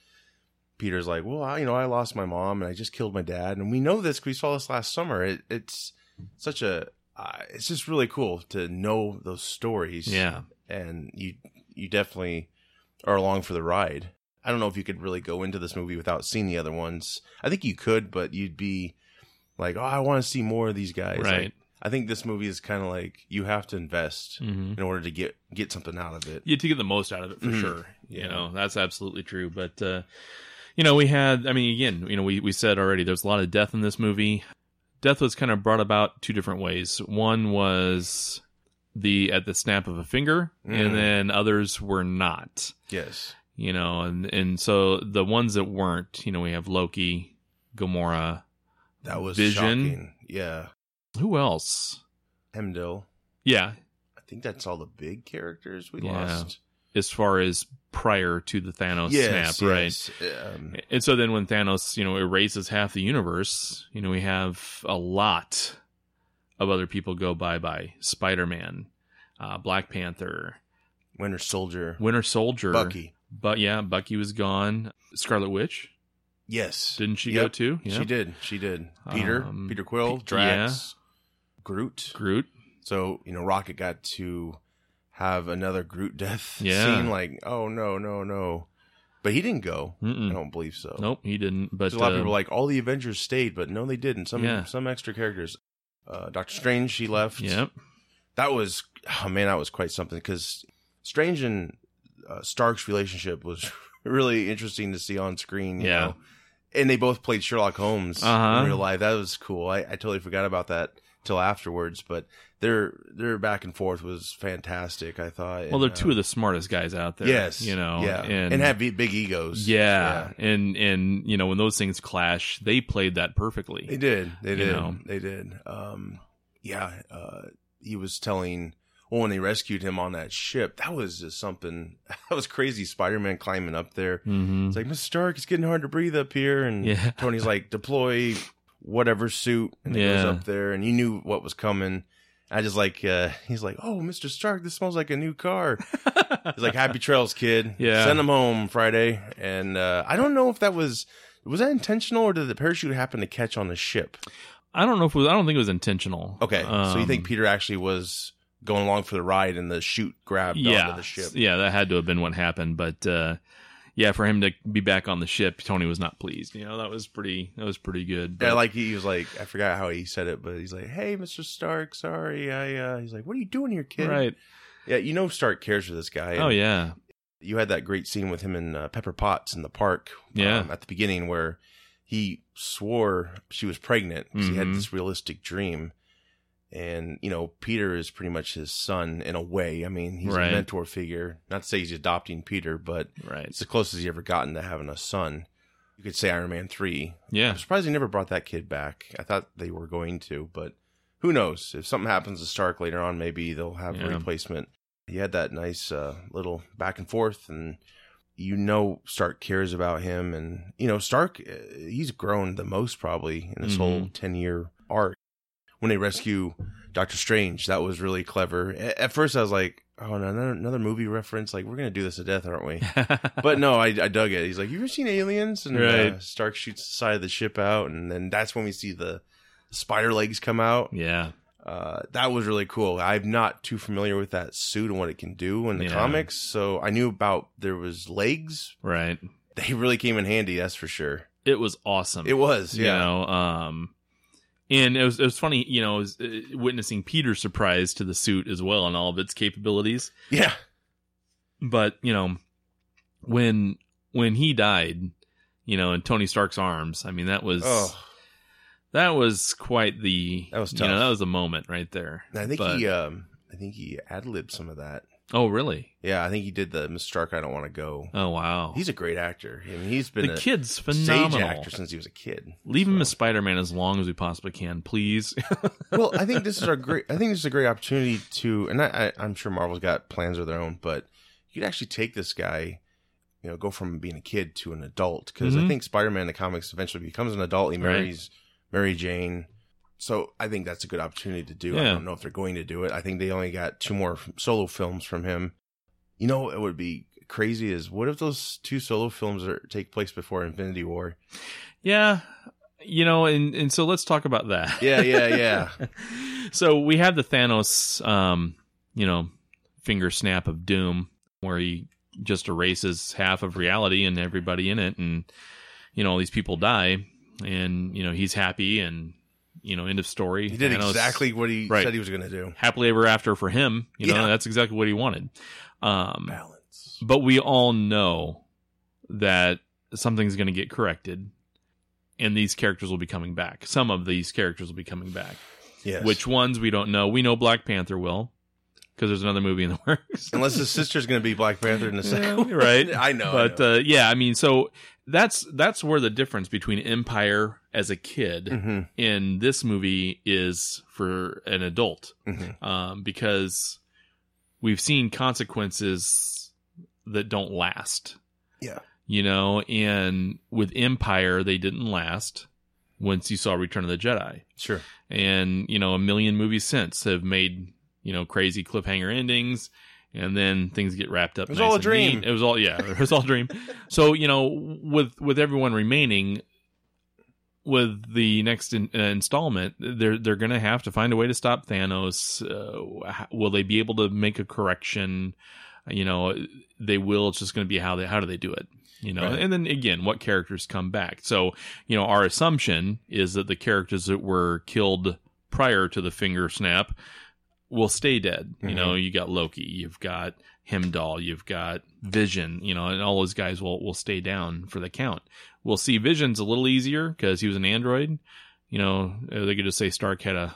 Peter's like, well, I, you know, I lost my mom and I just killed my dad. And we know this because we saw this last summer. It, it's such a, uh, it's just really cool to know those stories. Yeah. And you, you definitely are along for the ride. I don't know if you could really go into this movie without seeing the other ones. I think you could, but you'd be like, oh, I want to see more of these guys. Like, Right. I think this movie is kind of like you have to invest hmm in order to get get something out of it. You to get the most out of it for Mhm. sure. You Yeah. know, that's absolutely true. But uh you know, we had I mean again, you know, we, we said already there's a lot of death in this movie. Death was kind of brought about two different ways. One was the at the snap of a finger, Mm. and then others were not. Yes. You know, and and so the ones that weren't, you know, we have Loki, Gamora, That was Vision. shocking. Yeah. who else? Hemdall. Yeah, I think that's all the big characters we Yeah. lost. as far as prior to the Thanos Yes, snap, right? yes. Um, And so then when Thanos, you know, erases half the universe, you know, we have a lot of other people go bye bye. Spider Man, uh, Black Panther, Winter Soldier. Winter Soldier, Bucky. But yeah, Bucky was gone. Scarlet Witch, Yes. didn't she go Yep. too? She did. She did. Peter. Um, Peter Quill. Pe- Drax. Groot. Groot. So, you know, Rocket got to have another Groot death <laughs> Yeah. scene. Like, oh, no, no, no. But he didn't go. I Mm-mm. don't believe so. Nope, he didn't. But There's a lot of uh, people like all the Avengers stayed, but no, they didn't. Some Yeah. some extra characters. Uh, Doctor Strange, she left. yep, that was oh man, that was quite something because Strange and uh, Stark's relationship was <laughs> really interesting to see on screen. you Yeah. know? and they both played Sherlock Holmes Uh-huh. in real life. That was cool. I, I totally forgot about that till afterwards, but their their back and forth was fantastic. I thought. well, they're And, two uh, of the smartest guys out there. yes, you know, yeah, and, have big big egos. yeah, and and you know when those things clash, they played that perfectly. They did. They You did. know? They did. Um, yeah. Uh, he was telling. Well, when they rescued him on that ship, that was just something. <laughs> That was crazy. Spider Man climbing up there. hmm It's like, Mr. Stark, it's getting hard to breathe up here. And Yeah. <laughs> Tony's like, deploy whatever suit. And he goes Yeah. up there, and you knew what was coming. I just like, uh, he's like, oh, Mr. Stark, this smells like a new <laughs> car. He's like, happy trails, kid. Yeah. Send him home Friday. And uh, I don't know if that was. Was that intentional, or did the parachute happen to catch on the ship? I don't know if it was, I don't think it was intentional. Okay, so you Um, think Peter actually was going along for the ride, and the chute grabbed onto the ship? Yeah, that had to have been what happened. But uh, yeah, for him to be back on the ship, Tony was not pleased. You know, that was pretty. That was pretty good. Yeah, But- like he was like, I forgot how he said it, but he's like, "Hey, Mister Stark, sorry, I." uh He's like, "What are you doing here, kid?" right. Yeah, you know Stark cares for this guy. Oh yeah, You had that great scene with him and uh, Pepper Potts in the park. um, Yeah. at the beginning where he swore she was pregnant because he had Mhm. this realistic dream, and you know Peter is pretty much his son in a way. I mean, he's Right. a mentor figure. Not to say he's adopting Peter, but Right. it's the closest he ever gotten to having a son. You could say Iron Man three. <laughs> Yeah. <laughs> I'm surprised they never brought that kid back. I thought they were going to, but who knows? If something happens to Stark later on, maybe they'll have Yeah. a replacement. He had that nice uh, little back and forth, and you know Stark cares about him, and you know Stark, uh, he's grown the most probably in this Mhm. whole ten year arc. When they rescue Doctor Strange, that was really clever. A- At first, I was like, "Oh, another another movie reference! Like we're gonna do this to death, aren't we?" but no, I, I dug it. He's like, "You ever seen Aliens?" And uh, Right. Stark shoots the side of the ship out, and then that's when we see the spider legs come out. yeah. Uh, that was really cool. I'm not too familiar with that suit and what it can do in the Yeah. comics, so I knew about there was legs. <laughs> Right. They really came in handy, that's for sure. It was awesome. It was, you yeah, know um and it was it was funny you know was, uh, witnessing peter's surprise to the suit as well and all of its capabilities yeah, but you know when when he died you know in tony stark's arms i mean that was Oh, that was quite the That was you know tough. that was a moment right there And I think But- he, um, I think he ad libbed some of that. oh really Yeah, I think he did the Mr. Stark. I don't want to go. oh wow He's a great actor. I mean, he's been the a kid's stage phenomenal actor since he was a kid. leave him so. as spider-man as long as we possibly can please <laughs> well, I think this is our great. I think this is a great opportunity to, and I, I, I'm sure Marvel's got plans of their own, but you could actually take this guy, you know, go from being a kid to an adult because Mhm. I think Spider-Man in the comics eventually becomes an adult. He Right. marries Mary Jane, so I think that's a good opportunity to do. I Yeah. don't know if they're going to do it. I think they only got two more f- solo films from him. You know, it would be crazy. Is what if those two solo films are take place before Infinity <laughs> War? Yeah. You know, and, and so let's talk about that. Yeah, yeah, yeah. <laughs> so we have the Thanos, um, you know, finger snap of doom where he just erases half of reality and everybody in it. And, you know, all these people die and, you know, he's happy and, you know, end of story. He did Thanos- exactly what he Right. said he was going to do. happily ever after for him. You know, Yeah. that's exactly what he wanted. Um, Balance. but we all know that something's going to get corrected and these characters will be coming back some of these characters will be coming back Yes. which ones we don't know we know black panther will because there's another movie in the <laughs> works unless his sister's going to be Black Panther in the second, Yeah, <laughs> <laughs> right I know. I but know. uh, yeah i mean so that's that's where the difference between empire as a kid Mhm, in this movie is for an adult mhm. um, because we've seen consequences that don't last. Yeah. You know, and with Empire, they didn't last once you saw Return of the Jedi. sure, And, you know, a million movies since have made, you know, crazy cliffhanger endings. And then things get wrapped up. It was nice all a and dream. neat. It was all yeah. <laughs> It was all a dream. So you know, with with everyone remaining, with the next in, uh, installment, they're they're going to have to find a way to stop Thanos. Uh, how- will they be able to make a correction? You know, they will. It's just going to be how they how do they do it? You know, Right. and then again, what characters come back? So you know, our assumption is that the characters that were killed prior to the finger snap will stay dead. You Mhm. know, you got Loki, you've got Himdall, you've got Vision, you know, and all those guys will will stay down for the count. We'll see Vision's a little easier because he was an android. You know, uh, they could just say Stark had a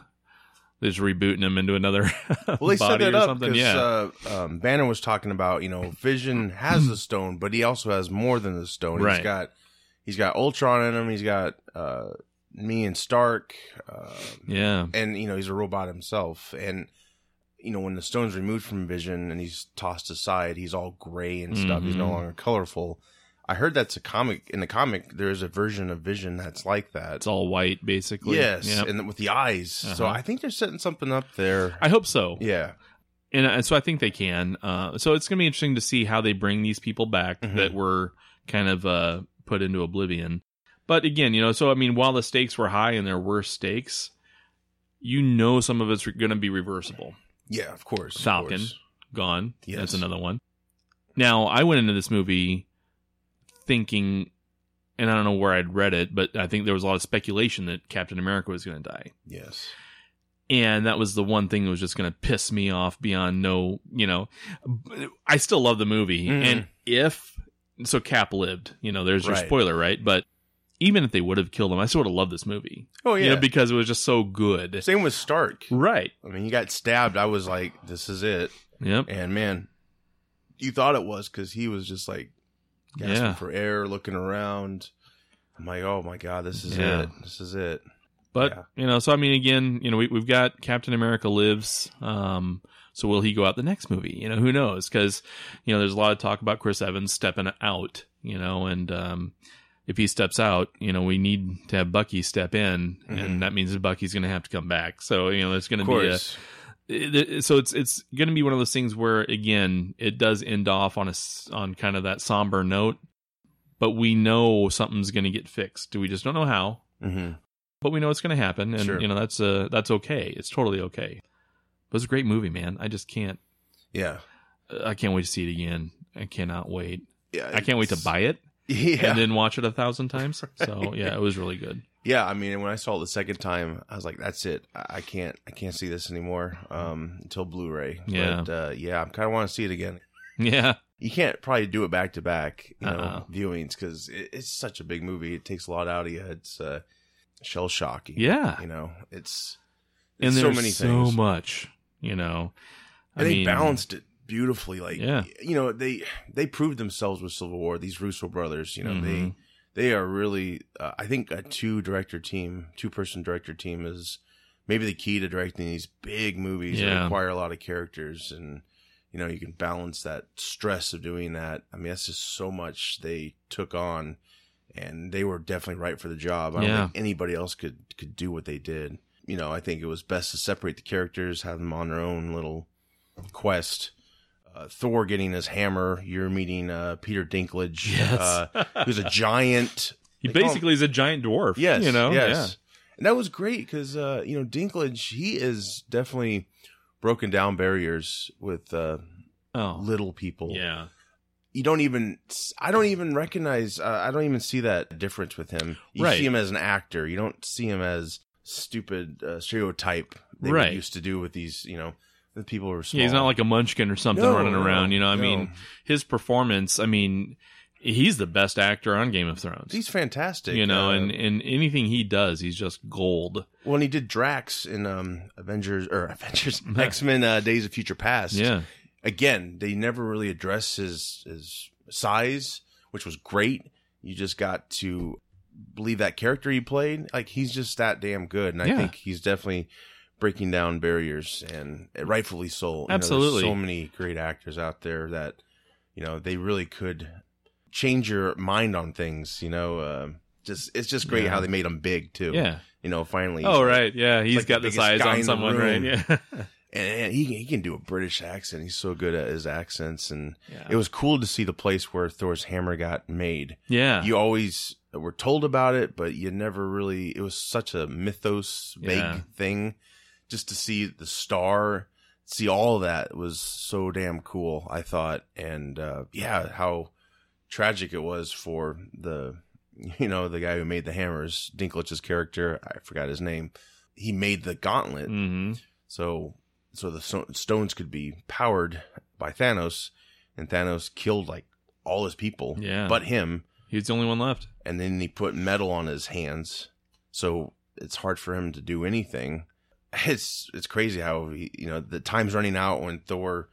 they're just rebooting him into another <laughs> well, they set body that or up something. because Yeah, uh, um, Banner was talking about you know Vision has the stone, but he also has more than the stone. Right. He's got he's got Ultron in him. He's got uh, me and Stark, uh, yeah, and you know he's a robot himself. And you know when the stone's removed from Vision and he's tossed aside, he's all gray and stuff. He's no Mhm. longer colorful. I heard that's a comic. In the comic, there is a version of Vision that's like that. it's all white basically. Yes, Yep. and with the eyes. So Uh-huh. I think they're setting something up there. I hope so. yeah, and uh, so I think they can. Uh, so it's going to be interesting to see how they bring these people back Mhm. that were kind of uh, put into oblivion. But again, you know, so I mean, while the stakes were high and there were stakes, you know, some of it's going to be reversible. yeah, of course. of Falcon. course. Gone. Yes. That's another one. Now, I went into this movie thinking, and I don't know where I'd read it, but I think there was a lot of speculation that Captain America was going to die Yes, and that was the one thing that was just going to piss me off beyond no you know B- i still love the movie Mhm. and if so cap lived you know there's your Right. spoiler right but even if they would have killed him, I still would have loved this movie. Oh yeah. You know, because it was just so good. Same with Stark. Right. I mean, he got stabbed. I was like, this is it. Yep. And man, you thought it was because he was just like gasping Yeah. for air, looking around. I'm like, oh my god, this is Yeah. it. This is it. But Yeah. you know, so I mean, again, you know, we, we've got Captain America lives. Um, so will he go out the next movie? You know, who knows? Because you know, there's a lot of talk about Chris Evans stepping out. You know, and um, if he steps out, you know, we need to have Bucky step in, Mhm. and that means that Bucky's going to have to come back. So you know, there's going Of to be a course. it- it- so it's it's going to be one of those things where again it does end off on a s- on kind of that somber note but we know something's going to get fixed we just don't know how hmm but we know it's going to happen and Sure. you know that's uh that's okay it's totally okay but it's a great movie man i just can't Yeah. uh, i can't wait to see it again i cannot wait Yeah. i can't wait to it's- <laughs> buy it Yeah. and then watch it a <laughs> thousand times so yeah it was really good yeah. I mean, when I saw it the second time, I was like, that's it. I I can't. I can't see this anymore um, until Blu-ray. Yeah. But, uh, yeah. I kind of want to see it again. yeah You can't probably do it back to back, you know, Uh-uh. viewings because it, it's such a big movie. It takes a lot out of you. It's uh, shell shocking. yeah You know, it's, and it's there's so many so things. much you know and they balanced it beautifully. Like, Yeah. you know, they they proved themselves with Civil War. These Russo brothers, you know, Mhm. they they are really. Uh, I think a two director team, two person director team is maybe the key to directing these big movies that Yeah. require a lot of characters, and you know, you can balance that stress of doing that. I mean, that's just so much they took on. And they were definitely right for the job. I don't Yeah. think anybody else could could do what they did. You know, I think it was best to separate the characters, have them on their own little quest. Uh, Thor getting his hammer. You're meeting uh, Peter Dinklage, <laughs> yes uh, who's a giant. <laughs> He They call basically is a giant dwarf. Yes, you know. yes. And that was great because uh, you know Dinklage, he is definitely broken down barriers with uh, Yeah. Oh, little people. yeah. You don't even. I don't even recognize. Uh, I don't even see that difference with him. You Right. see him as an actor. You don't see him as stupid uh, stereotype. They were Right. used to do with these. You know, the people who are small. yeah. He's not like a munchkin or something No, running no, around. You know, I no. mean, his performance. I mean, he's the best actor on Game of Thrones. He's fantastic. you know, uh, and and anything he does, he's just gold. Well, and he did Drax in um, Avengers or <laughs> <laughs> Avengers X Men uh, Days of Future Past. Yeah. Again, they never really address his his size, which was great. You just got to believe that character he played. Like he's just that damn good, and I Yeah. think he's definitely breaking down barriers, and rightfully so. You know, there's Absolutely. so many great actors out there that you know they really could change your mind on things. You know, Um just it's just great Yeah. how they made him big too. Yeah. You know, finally. Oh right. Yeah. He's like the got this biggest eyes guy in on the someone. Right. room. <laughs> Yeah. and, and he he can do a British accent. He's so good at his accents, and yeah. it was cool to see the place where Thor's hammer got made. yeah. You always were told about it, but you never really. It was such a mythos vague Yeah. thing, just to see the star, see all that was so damn cool. I thought, and uh, yeah, how tragic it was for the <laughs> you know the guy who made the hammers, Dinklage's character. I forgot his name. He made the gauntlet. hmm So so the so- stones could be powered by Thanos, and Thanos killed like all his people, Yeah. but him, He's the only one left. and then he put metal on his hands, so it's hard for him to do anything. <laughs> It's it's crazy how he, you know the time's running out when Thor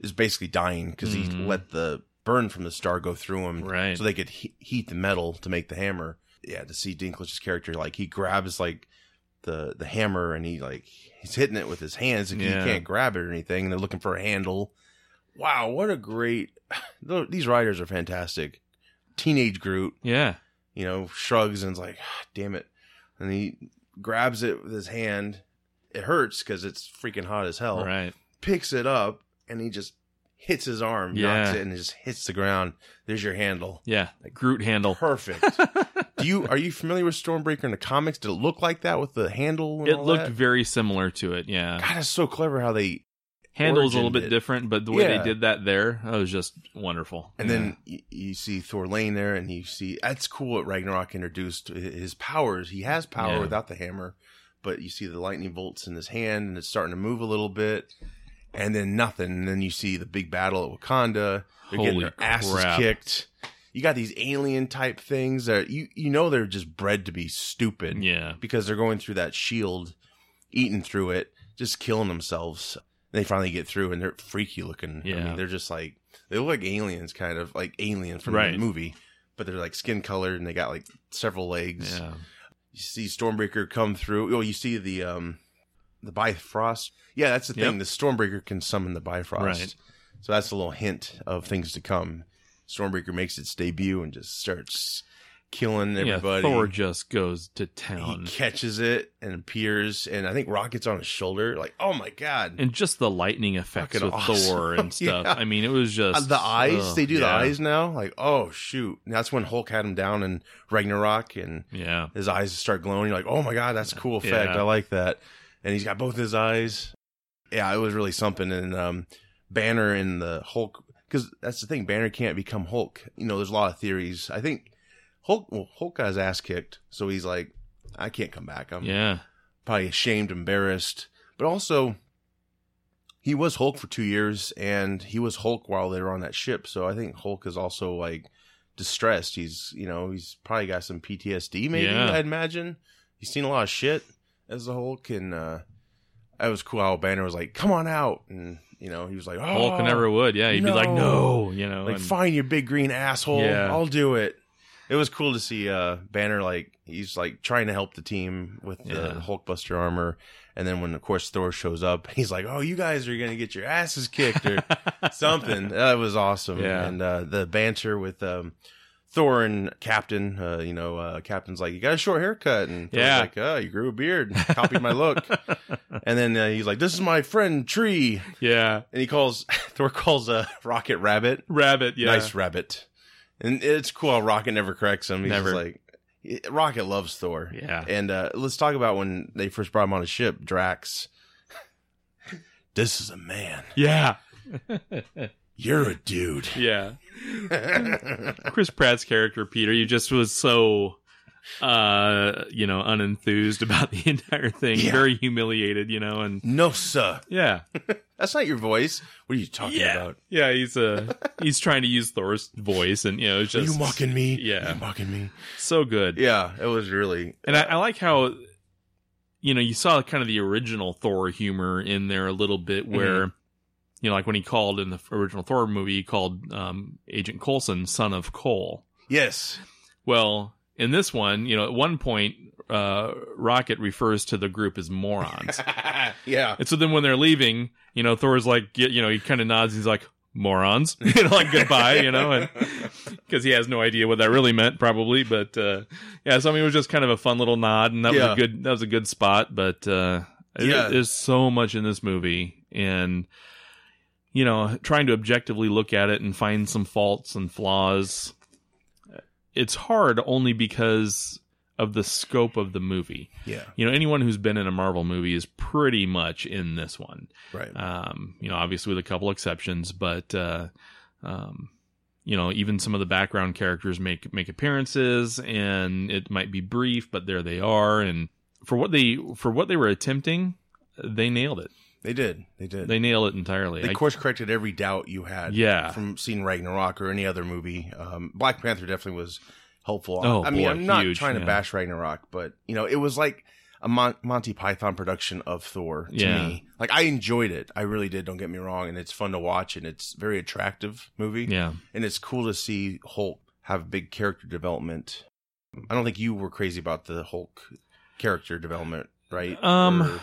is basically dying because he Mhm. let the burn from the star go through him, Right. Um, so they could he- heat the metal to make the hammer. Yeah, to see Dinklage's character, like he grabs like the the hammer and he like he's hitting it with his hands and Yeah. he can't grab it or anything. And they're looking for a handle. Wow, what a great! <sighs> These writers are fantastic. Teenage Groot, Yeah. you know, shrugs and's like, "Ah, "Damn it!" And he grabs it with his hand. It hurts because it's freaking hot as hell Right. picks it up and he just hits his arm, Yeah. knocks it, and just hits the ground. There's your handle. Yeah. Groot <laughs> handle. <laughs> Perfect. Do you are you familiar with Stormbreaker in the comics? Did it look like that with the handle? And It all looked that? very similar to it. Yeah. God, it's so clever how they Handle's a little origined bit it. different, but the way Yeah. they did that there, that was just wonderful. and Yeah. then you, you see Thor laying there, and you see that's cool. What Ragnarok introduced hi- his powers. He has power Yeah. without the hammer, but you see the lightning bolts in his hand, and it's starting to move a little bit. And then nothing. And then you see the big battle at Wakanda. They're getting Holy their asses crap. kicked. you got these alien type things that you you know they're just bred to be stupid Yeah. because they're going through that shield, eating through it, just killing themselves. And they finally get through, and they're freaky looking. I Yeah. mean, they're just like they look like aliens, kind of like aliens from Right. the movie, but they're like skin colored and they got like several legs. Yeah. You see Stormbreaker come through. Oh, you see the um the Bifrost. Yeah, that's the Yep. thing. The Stormbreaker can summon the Bifrost. Right. So that's a little hint of things to come. Stormbreaker makes its debut and just starts killing everybody. Yeah, Thor just goes to he town. catches it and appears, and I think Rocket's on his shoulder. Like, oh my god! And just the lightning effects Fucking with awesome. <laughs> Thor and stuff. Yeah. I mean, it was Uh, just the eyes, ugh, they do the yeah. eyes now. Like, oh shoot! And that's when Hulk had him down in Ragnarok, and Yeah. his eyes start glowing. You're like, oh my god, that's a cool effect. Yeah. I like that. And he's got both his eyes. Yeah, it was really something. And um, Banner and the Hulk, because that's the thing. Banner can't become Hulk. You know, there's a lot of theories. I think Hulk, well, Hulk got his ass kicked, so he's like, I can't come back. I'm Yeah. probably ashamed, embarrassed, but also he was Hulk for two years, and he was Hulk while they were on that ship. So I think Hulk is also like distressed. He's you know he's probably got some PTSD. Maybe Yeah. I'd imagine he's seen a lot of shit as the Hulk, and uh that was cool. How Banner was like, "Come on out," and you know he was like, "Oh, Hulk never would. Yeah. He'd be like, no. no, you know. like and- fine, you big green asshole. Yeah. I'll do it." It was cool to see uh, Banner like he's like trying to help the team with the Yeah. Hulkbuster armor, and then when of course Thor shows up, <laughs> he's like, "Oh, you guys are gonna get your asses kicked <laughs> or something." That was awesome. Yeah. and uh, the banter with um, Thor and Captain. Uh, you know, uh, Captain's like, "You got a short haircut," and Thor's Yeah. like, "Oh, you grew a beard, and copied my <laughs> look." and then uh, he's like, "This is my friend Tree," yeah. and he calls <laughs> Thor calls a uh, Rocket Rabbit. Rabbit. Yeah. Nice rabbit. And it's cool how Rocket never corrects him. He's just Never. like Rocket loves Thor. Yeah. And uh, let's talk about when they first brought him on a ship, Drax. <laughs> this is a man. Yeah. You're a <laughs> dude. Yeah. yeah. Chris Pratt's character Peter, you just was so uh you know unenthused <laughs> about the entire thing Yeah. very humiliated you know and No, sir. yeah That's not your voice. What are you talking yeah about? yeah he's uh he's trying to use thor's voice and you know it's are just you mocking me? yeah. Are you mocking me? so good Yeah, it was really. and I, I like how you know you saw kind of the original thor humor in there a little bit where you know like when he called in the original thor movie he called um agent coulson son of cole <laughs> Yes. Well, in this one, you know, at one point, uh, Rocket refers to the group as morons. yeah. and so then when they're leaving, you know, Thor's like, y- you know, he kind of nods. He's like, morons, <laughs> you know, like goodbye, you know, and <laughs> because he has no idea what that really meant, probably. But uh, yeah, so I mean, it was just kind of a fun little nod, and that was Yeah. a good, that was a good spot. But uh, it- Yeah. there's so much in this movie, and you know, trying to objectively look at it and find some faults and flaws, it's hard only because of the scope of the movie. Yeah. You know, anyone who's been in a Marvel movie is pretty much in this one. Right. Um, you know, obviously with a couple exceptions, but uh, um, you know, even some of the background characters make make appearances, and it might be brief, but there they are. And for what they for what they were attempting, they nailed it. They did. They did. They nailed it entirely. They I- course corrected every doubt you had. Yeah. From seeing Ragnarok or any other movie. Um, Black Panther definitely was helpful. Oh, I mean, boy, I'm not huge, trying to yeah. bash Ragnarok, but you know, it was like a Mon- Monty Python production of Thor to Yeah. me. Like I enjoyed it. I really did. Don't get me wrong. And it's fun to watch and it's very attractive movie. yeah, And it's cool to see Hulk have big character development. I don't think you were crazy about the Hulk character development, right? um, Or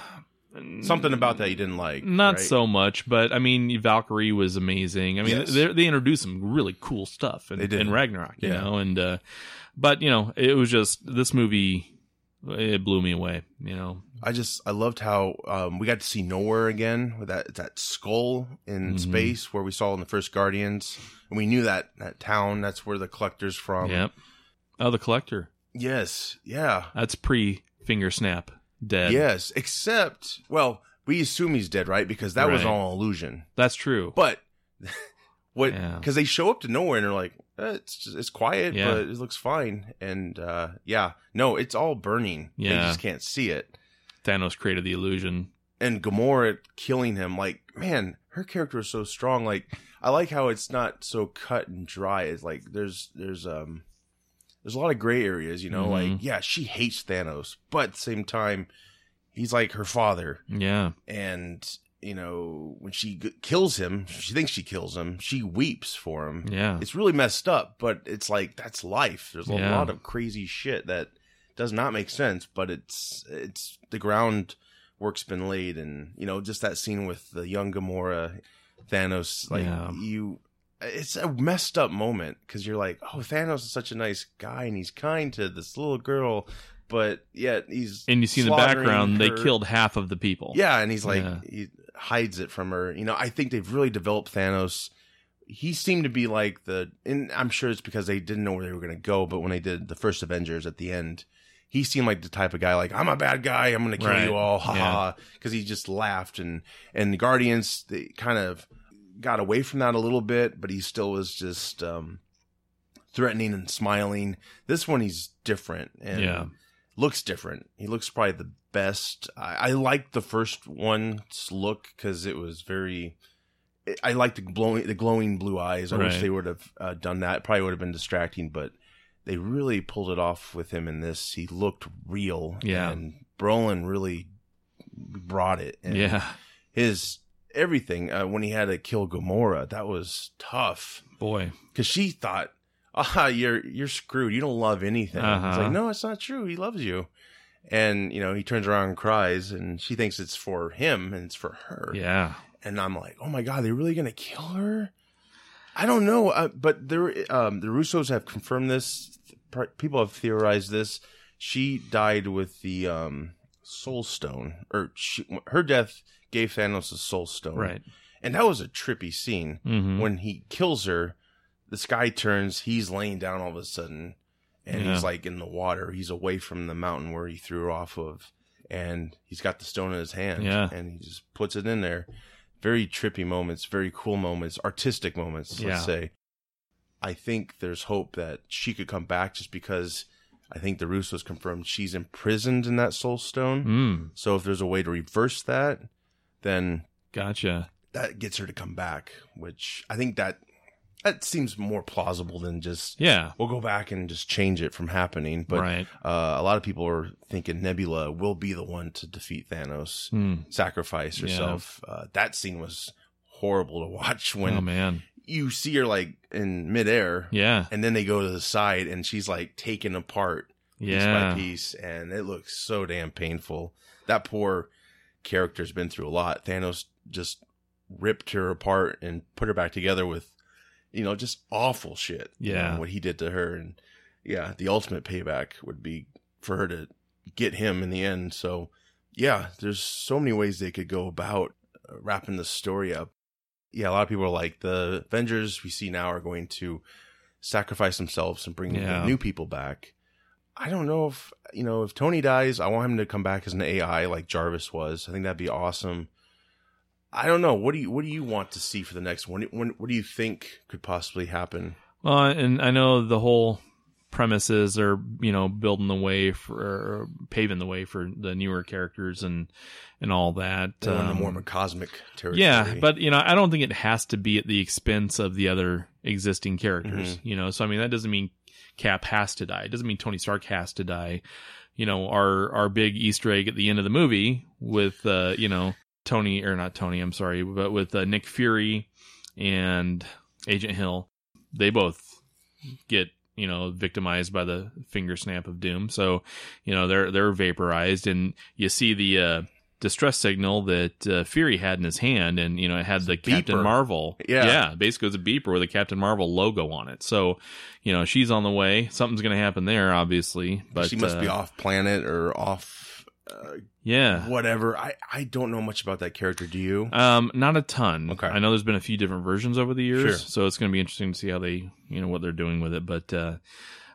something about that you didn't like. Not right? so much, but I mean, Valkyrie was amazing. I mean, Yes. they they introduced some really cool stuff in, They did. in Ragnarok, you Yeah. know, and uh, but you know, it was just this movie. It blew me away, you know. I just I loved how um, we got to see nowhere again with that that skull in Mhm. space where we saw in the first Guardians, and we knew that that town that's where the collectors from. yep. Oh, the collector. Yes. Yeah. That's pre finger snap dead. Yes. Except, well, we assume he's dead, right? Because that was Right. all an illusion. that's true. But <laughs> what? Yeah. Because they show up to nowhere and they're like, eh, it's just, it's quiet, Yeah. but it looks fine. And uh, yeah, no, it's all burning. You Yeah. just can't see it. Thanos created the illusion. and Gamora killing him, like, man, her character is so strong. Like, I like how it's not so cut and dry. It's like there's there's um there's a lot of gray areas, you know, like yeah, she hates Thanos, but at the same time he's like her father Yeah. and you know, when she g- kills him, she thinks she kills him. She weeps for him. Yeah. It's really messed up, but it's like that's life. There's a Yeah. lot of crazy shit that does not make sense, but it's it's the groundwork's been laid, and you know, just that scene with the young Gamora, Thanos, like Yeah. you. It's a messed up moment because you're like, oh, Thanos is such a nice guy and he's kind to this little girl, but yet he's And you see in the slaughtering background, they her. killed half of the people. Yeah, and he's like Yeah. he hides it from her. You know, I think they've really developed Thanos. He seemed to be like the and I'm sure it's because they didn't know where they were going to go, but when they did the first Avengers at the end, he seemed like the type of guy like I'm a bad guy, I'm going to kill Right. you all. <laughs> Ha Yeah. ha cuz he just laughed and and the Guardians they kind of got away from that a little bit, but he still was just um threatening and smiling. This one he's different and Yeah. looks different. He looks probably the best. I, I liked the first one's look because it was very. I liked the glowing the glowing blue eyes. I wish Right. they would have uh, done that. It probably would have been distracting, but they really pulled it off with him in this. He looked real. Yeah. and Brolin really brought it. And Yeah. his everything uh, when he had to kill Gamora that was tough Boy. because she thought, "Ah, you're you're screwed. You don't love anything." It's Uh-huh. like, no, it's not true. He loves you, and you know he turns around and cries, and she thinks it's for him and it's for her. Yeah. And I'm like, oh my god, they're really gonna kill her? I don't know, uh, but there, um, the Russos have confirmed this. Pr- People have theorized this. She died with the um, Soul Stone, or she, her death gave Thanos the Soul Stone, Right. And that was a trippy scene Mm-hmm. when he kills her, the sky turns, he's laying down all of a sudden, and Yeah. he's like in the water. He's away from the mountain where he threw her off of, and he's got the stone in his hand. Yeah. And he just puts it in there. Very trippy moments, very cool moments, artistic moments, let's Yeah. say. I think there's hope that she could come back just because I think the Russo's confirmed she's imprisoned in that soul stone. Mm, So if there's a way to reverse that, then gotcha. that gets her to come back, which I think that that seems more plausible than just Yeah. we'll go back and just change it from happening. But right. uh, a lot of people are thinking Nebula will be the one to defeat Thanos, Mm. sacrifice Yeah. herself. Uh, that scene was horrible to watch when oh man. you see her like in midair, Yeah. and then they go to the side, and she's like taken apart Yeah. piece by piece, and it looks so damn painful. That poor character's been through a lot. Thanos just ripped her apart and put her back together with, you know, just awful shit. you Yeah. know, what he did to her, and yeah, the ultimate payback would be for her to get him in the end. So, yeah, there's so many ways they could go about uh, wrapping the story up. Yeah, a lot of people are like the Avengers we see now are going to sacrifice themselves and bring Yeah. the new people back. I don't know if you know if Tony dies, I want him to come back as an AI like Jarvis was. I think that'd be awesome. I don't know. What do you what do you want to see for the next one? When, what do you think could possibly happen? Well, and I know the whole premise is they're you know building the way for or paving the way for the newer characters and and all that. They went into Um, more of a cosmic territory. yeah, but you know I don't think it has to be at the expense of the other existing characters. Mm-hmm. You know, so I mean that doesn't mean Cap has to die. It doesn't mean Tony Stark has to die. You know, our our big Easter egg at the end of the movie with uh you know Tony or not Tony, I'm sorry, but with uh, Nick Fury and Agent Hill, they both get you know victimized by the finger snap of doom. So you know they're they're vaporized, and you see the uh, distress signal that uh, Fury had in his hand, and you know it had the Captain beeper. Marvel. Yeah. yeah, basically it's a beeper with a Captain Marvel logo on it. So you know she's on the way. Something's going to happen there, obviously. But she must uh, be off planet or off uh, Yeah. whatever. I I don't know much about that character. Do you? Um, not a ton. Okay. I know there's been a few different versions over the years, Sure. so it's going to be interesting to see how they, you know, what they're doing with it. But uh,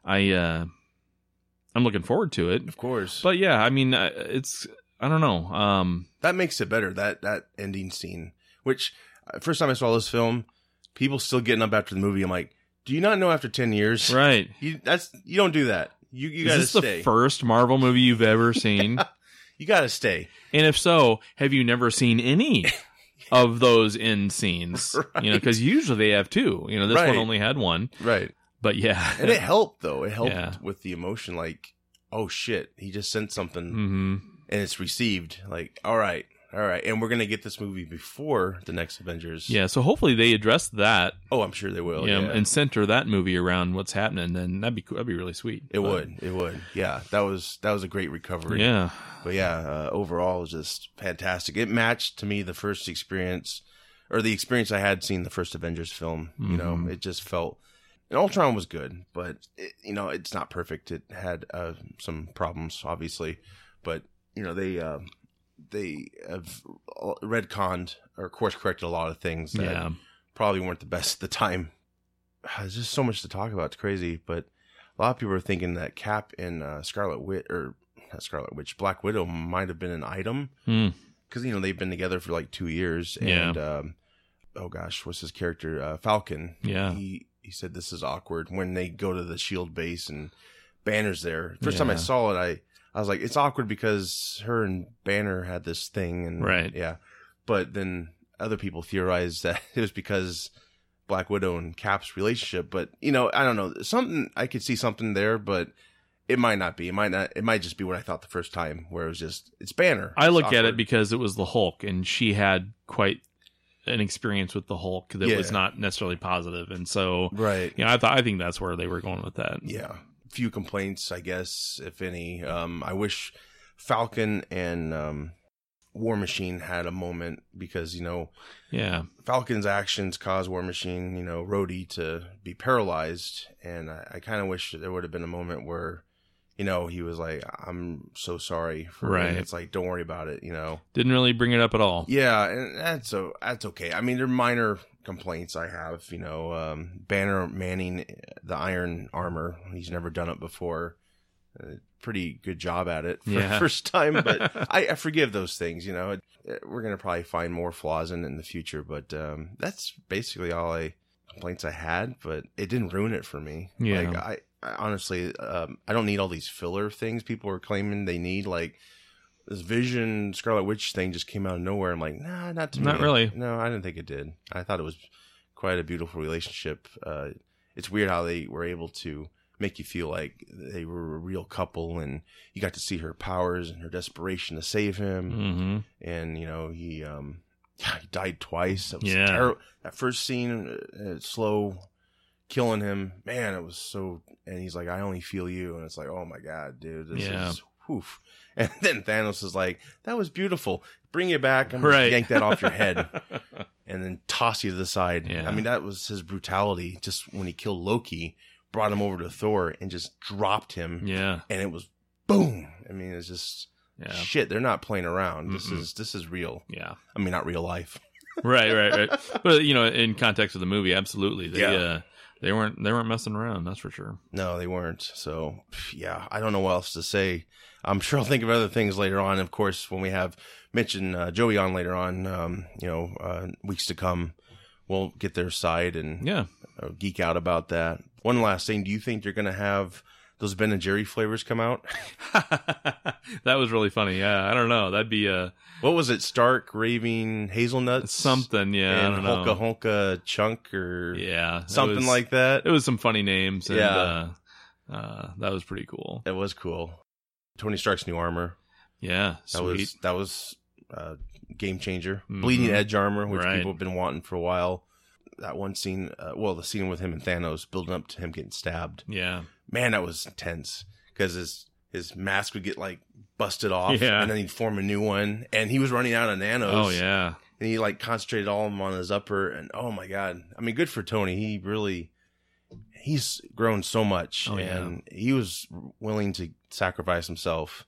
I, uh, I'm looking forward to it. of course. But yeah, I mean, uh, it's I don't know. Um, that makes it better that that ending scene which uh, first time i saw this film people still getting up after the movie i'm like do you not know after 10 years right. you that's you don't do that you <laughs> you Is gotta this stay the first Marvel <laughs> movie you've ever seen? you gotta stay and if so, have you never seen any? of those <laughs> end scenes, you know, Right. because usually they have two. You know, this Right. one only had one, Right. but yeah, And <laughs> it helped though. It helped Yeah. with the emotion. Like, oh shit, he just sent something hmm and it's received. Like, all right, all right, and we're gonna get this movie before the next Avengers. yeah. So hopefully they address that Oh, I'm sure they will. you know, yeah. and center that movie around what's happening. Then that'd be cool. that'd be really sweet. it But, would. It would. Yeah. That was that was a great recovery. Yeah, But yeah, uh, overall, it was just fantastic. It matched to me the first experience, or the experience I had seen the first Avengers film. You know, Mhm. it just felt. And Ultron was good, but it, you know it's not perfect. It had uh, some problems, obviously, but you know they uh, they have red conned or course corrected a lot of things that yeah. probably weren't the best at the time. <sighs> There's just so much to talk about. It's crazy, but a lot of people are thinking that Cap and uh, Scarlet Witch or not Scarlet Witch, Black Widow might have been an item Hmm. because you know they've been together for like two years. Yeah. And um, oh gosh, what's his character? Uh, Falcon. Yeah. He he said this is awkward when they go to the Shield E base and Banner's there. First time I Yeah. saw it, I I was like, it's awkward because her and Banner had this thing and Right. yeah. But then other people theorized that <laughs> it was because Black Widow and Cap's relationship. But you know, I don't know. Something I could see something there, but it might not be. It might not. It might just be what I thought the first time, where it was just it's Banner. I It's look at it awkward. because it was the Hulk, and she had quite an experience with the Hulk that was Yeah. not necessarily positive, and so right. you know, I thought I think that's where they were going with that. Yeah. Few complaints, I guess, if any. Um, I wish Falcon and um, War Machine had a moment because, you know, yeah, Falcon's actions caused War Machine, you know, Rhodey to be paralyzed. And I, I kind of wish that there would have been a moment where, you know, he was like, I'm so sorry. For Right. And it's like, don't worry about it, you know. didn't really bring it up at all. Yeah, and that's o that's okay. I mean, there are minor complaints I have. You know, um, Banner manning the iron armor. He's never done it before. Uh, pretty good job at it for <laughs> Yeah. first time, but <laughs> I, I forgive those things. You know, It- it- we're gonna probably find more flaws in it in the future, but um, that's basically all I complaints I had. But it didn't ruin it for me. Yeah. Like I, I honestly, um, I don't need all these filler things people are claiming they need. Like this Vision Scarlet Witch thing just came out of nowhere. I'm like, nah, not to Not me. really. No, I didn't think it did. I thought it was quite a beautiful relationship. Uh, it's weird how they were able to make you feel like they were a real couple, and you got to see her powers and her desperation to save him. hmm And you know, he um, <sighs> he died twice. That was Yeah. terri- That first scene, uh, uh, slow killing him. Man, it was so. And he's like, "I only feel you," and it's like, "Oh my god, dude, this Yeah. is." Oof. <laughs> And then Thanos is like, "That was beautiful. Bring you back. I'm gonna Right. yank that off your <laughs> head, and then toss you to the side." Yeah. I mean, that was his brutality. Just when he killed Loki, brought him over to Thor, and just dropped him, Yeah, and it was boom. I mean, it's just yeah, shit. They're not playing around. This Mm-mm. is this is real. yeah. I mean, not real life. Right, right, right. But you know, in context of the movie, absolutely. They, Yeah. uh, they weren't they weren't messing around. That's for sure. No, they weren't. So, yeah, I don't know what else to say. I'm sure I'll think of other things later on. Of course, when we have Mitch and uh, Joey on later on, um, you know, uh, weeks to come, we'll get their side and Yeah. uh, geek out about that. One last thing: Do you think they're going to have those Ben and Jerry flavors come out? <laughs> that was really funny. Yeah, I don't know. That'd be uh, What was it? Stark raving hazelnuts, something. Yeah, I and don't know. Honka Honka chunk or Yeah, it something was- like that. It was some funny names. And, Yeah. uh, uh, that was pretty cool. That was cool. Tony Stark's new armor. Yeah, That sweet. was that was uh, game changer. Mhm. Bleeding Edge armor, which Right. people have been wanting for a while. That one scene, uh, well, the scene with him and Thanos building up to him getting stabbed. yeah, Man, that was intense because his his mask would get like busted off, Yeah. and then he'd form a new one. And he was running out of nanos. oh yeah, and he like concentrated all of them on his upper. And oh my god, I mean, good for Tony. He really he's grown so much, Oh, yeah. and he was willing to sacrifice himself.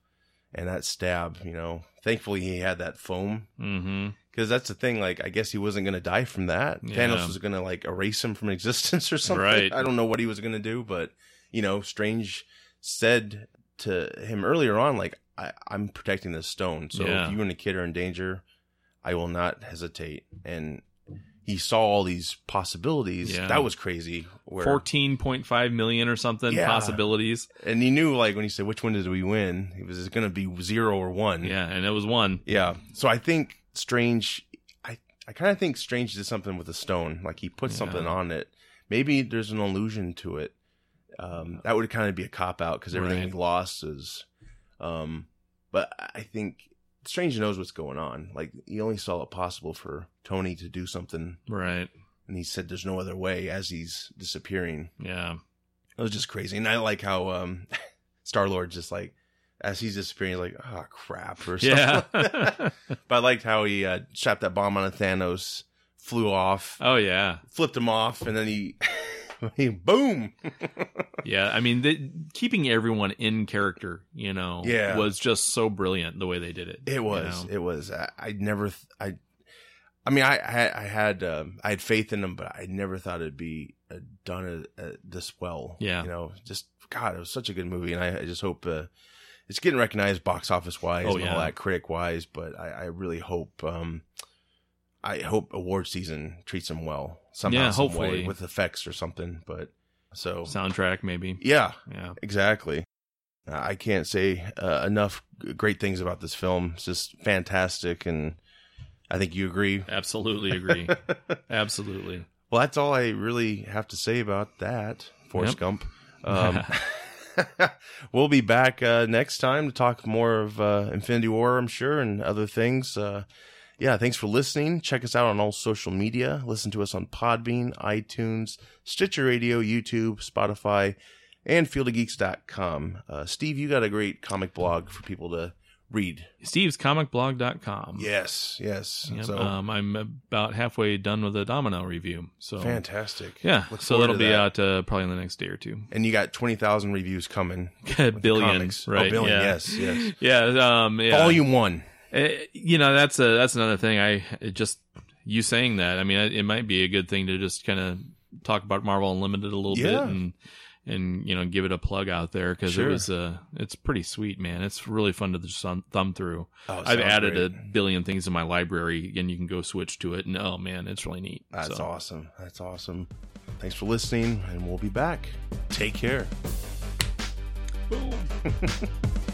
And that stab, you know, thankfully he had that foam mm-hmm. because that's the thing. Like, I guess he wasn't going to die from that. Yeah. Thanos was going to like erase him from <laughs> existence or something. Right. I don't know what he was going to do, but you know, Strange said to him earlier on, like, I, I'm protecting this stone. So Yeah. if you and a kid are in danger, I will not hesitate. And he saw all these possibilities. Yeah. That was crazy. Where, fourteen point five million or something Yeah. possibilities. and he knew, like, when he said, which one did we win? It was going to be zero or one. Yeah, and it was one. Yeah. So I think Strange, I I kind of think Strange did something with a stone. Like he put Yeah. something on it. Maybe there's an allusion to it. Um, that would kind of be a cop out because everything Right. he lost is. Um, but I think Strange knows what's going on. Like he only saw it possible for Tony to do something, Right. and he said there's no other way as he's disappearing. Yeah. It was just crazy, and I like how um, <laughs> Star Lord just like as he's disappearing, he's like, "Oh crap!" or something. <laughs> Yeah. But I liked how he uh, strapped that bomb on Thanos, flew off, <laughs> oh yeah. flipped him off, and then he, <laughs> he boom. Yeah. I mean, the, keeping everyone in character, you know, Yeah. was just so brilliant the way they did it. It you was. know? It was. I, I never. Th- I. I mean, I I, I had um I had faith in him, but I never thought it'd be uh, done uh, uh, this well. Yeah. you know, just God, it was such a good movie, and I, I just hope uh, it's getting recognized box office wise Oh, and yeah. all that critic wise. But I, I really hope um, I hope award season treats him well somehow, Yeah, some way, hopefully. with effects or something. But so soundtrack maybe. yeah, Yeah. Exactly. Uh, I can't say uh, enough g- great things about this film. It's just fantastic, and I think you agree. <laughs> Absolutely agree. well, Absolutely. that's all I really have to say about that, Forrest Yep. <laughs> Gump. Um, <laughs> we'll be back uh, next time to talk more of uh, Infinity War, I'm sure, and other things. Uh, yeah, thanks for listening. Check us out on all social media. Listen to us on Podbean, iTunes, Stitcher Radio, YouTube, Spotify, and fieldofgeeks.com. Uh, Steve, you got a great comic blog for people to read. Steve's comicblog.com. Yes, yes. Yep. so Um, I'm about halfway done with the Domino review. So fantastic. yeah. Look So forward that'll to be that. out uh, probably in the next day or two. <laughs> And you got 20,000 reviews coming. with the billions, comics. right? Oh, billion, yeah. yes, yes. <laughs> Yeah. Um, yeah. Volume one. Eh, you know, that's a that's another thing. I it just you saying that. I mean, it it might be a good thing to just kind of talk about Marvel Unlimited a little Yeah. bit and and you know give it a plug out there because Sure. it was uh it's pretty sweet, man. It's really fun to just thumb thumb through. Oh, I've sounds added great. a billion things in my library, and you can go switch to it. And oh man, it's really neat. That's So, awesome. That's awesome. Thanks for listening, and we'll be back. Take care. boom.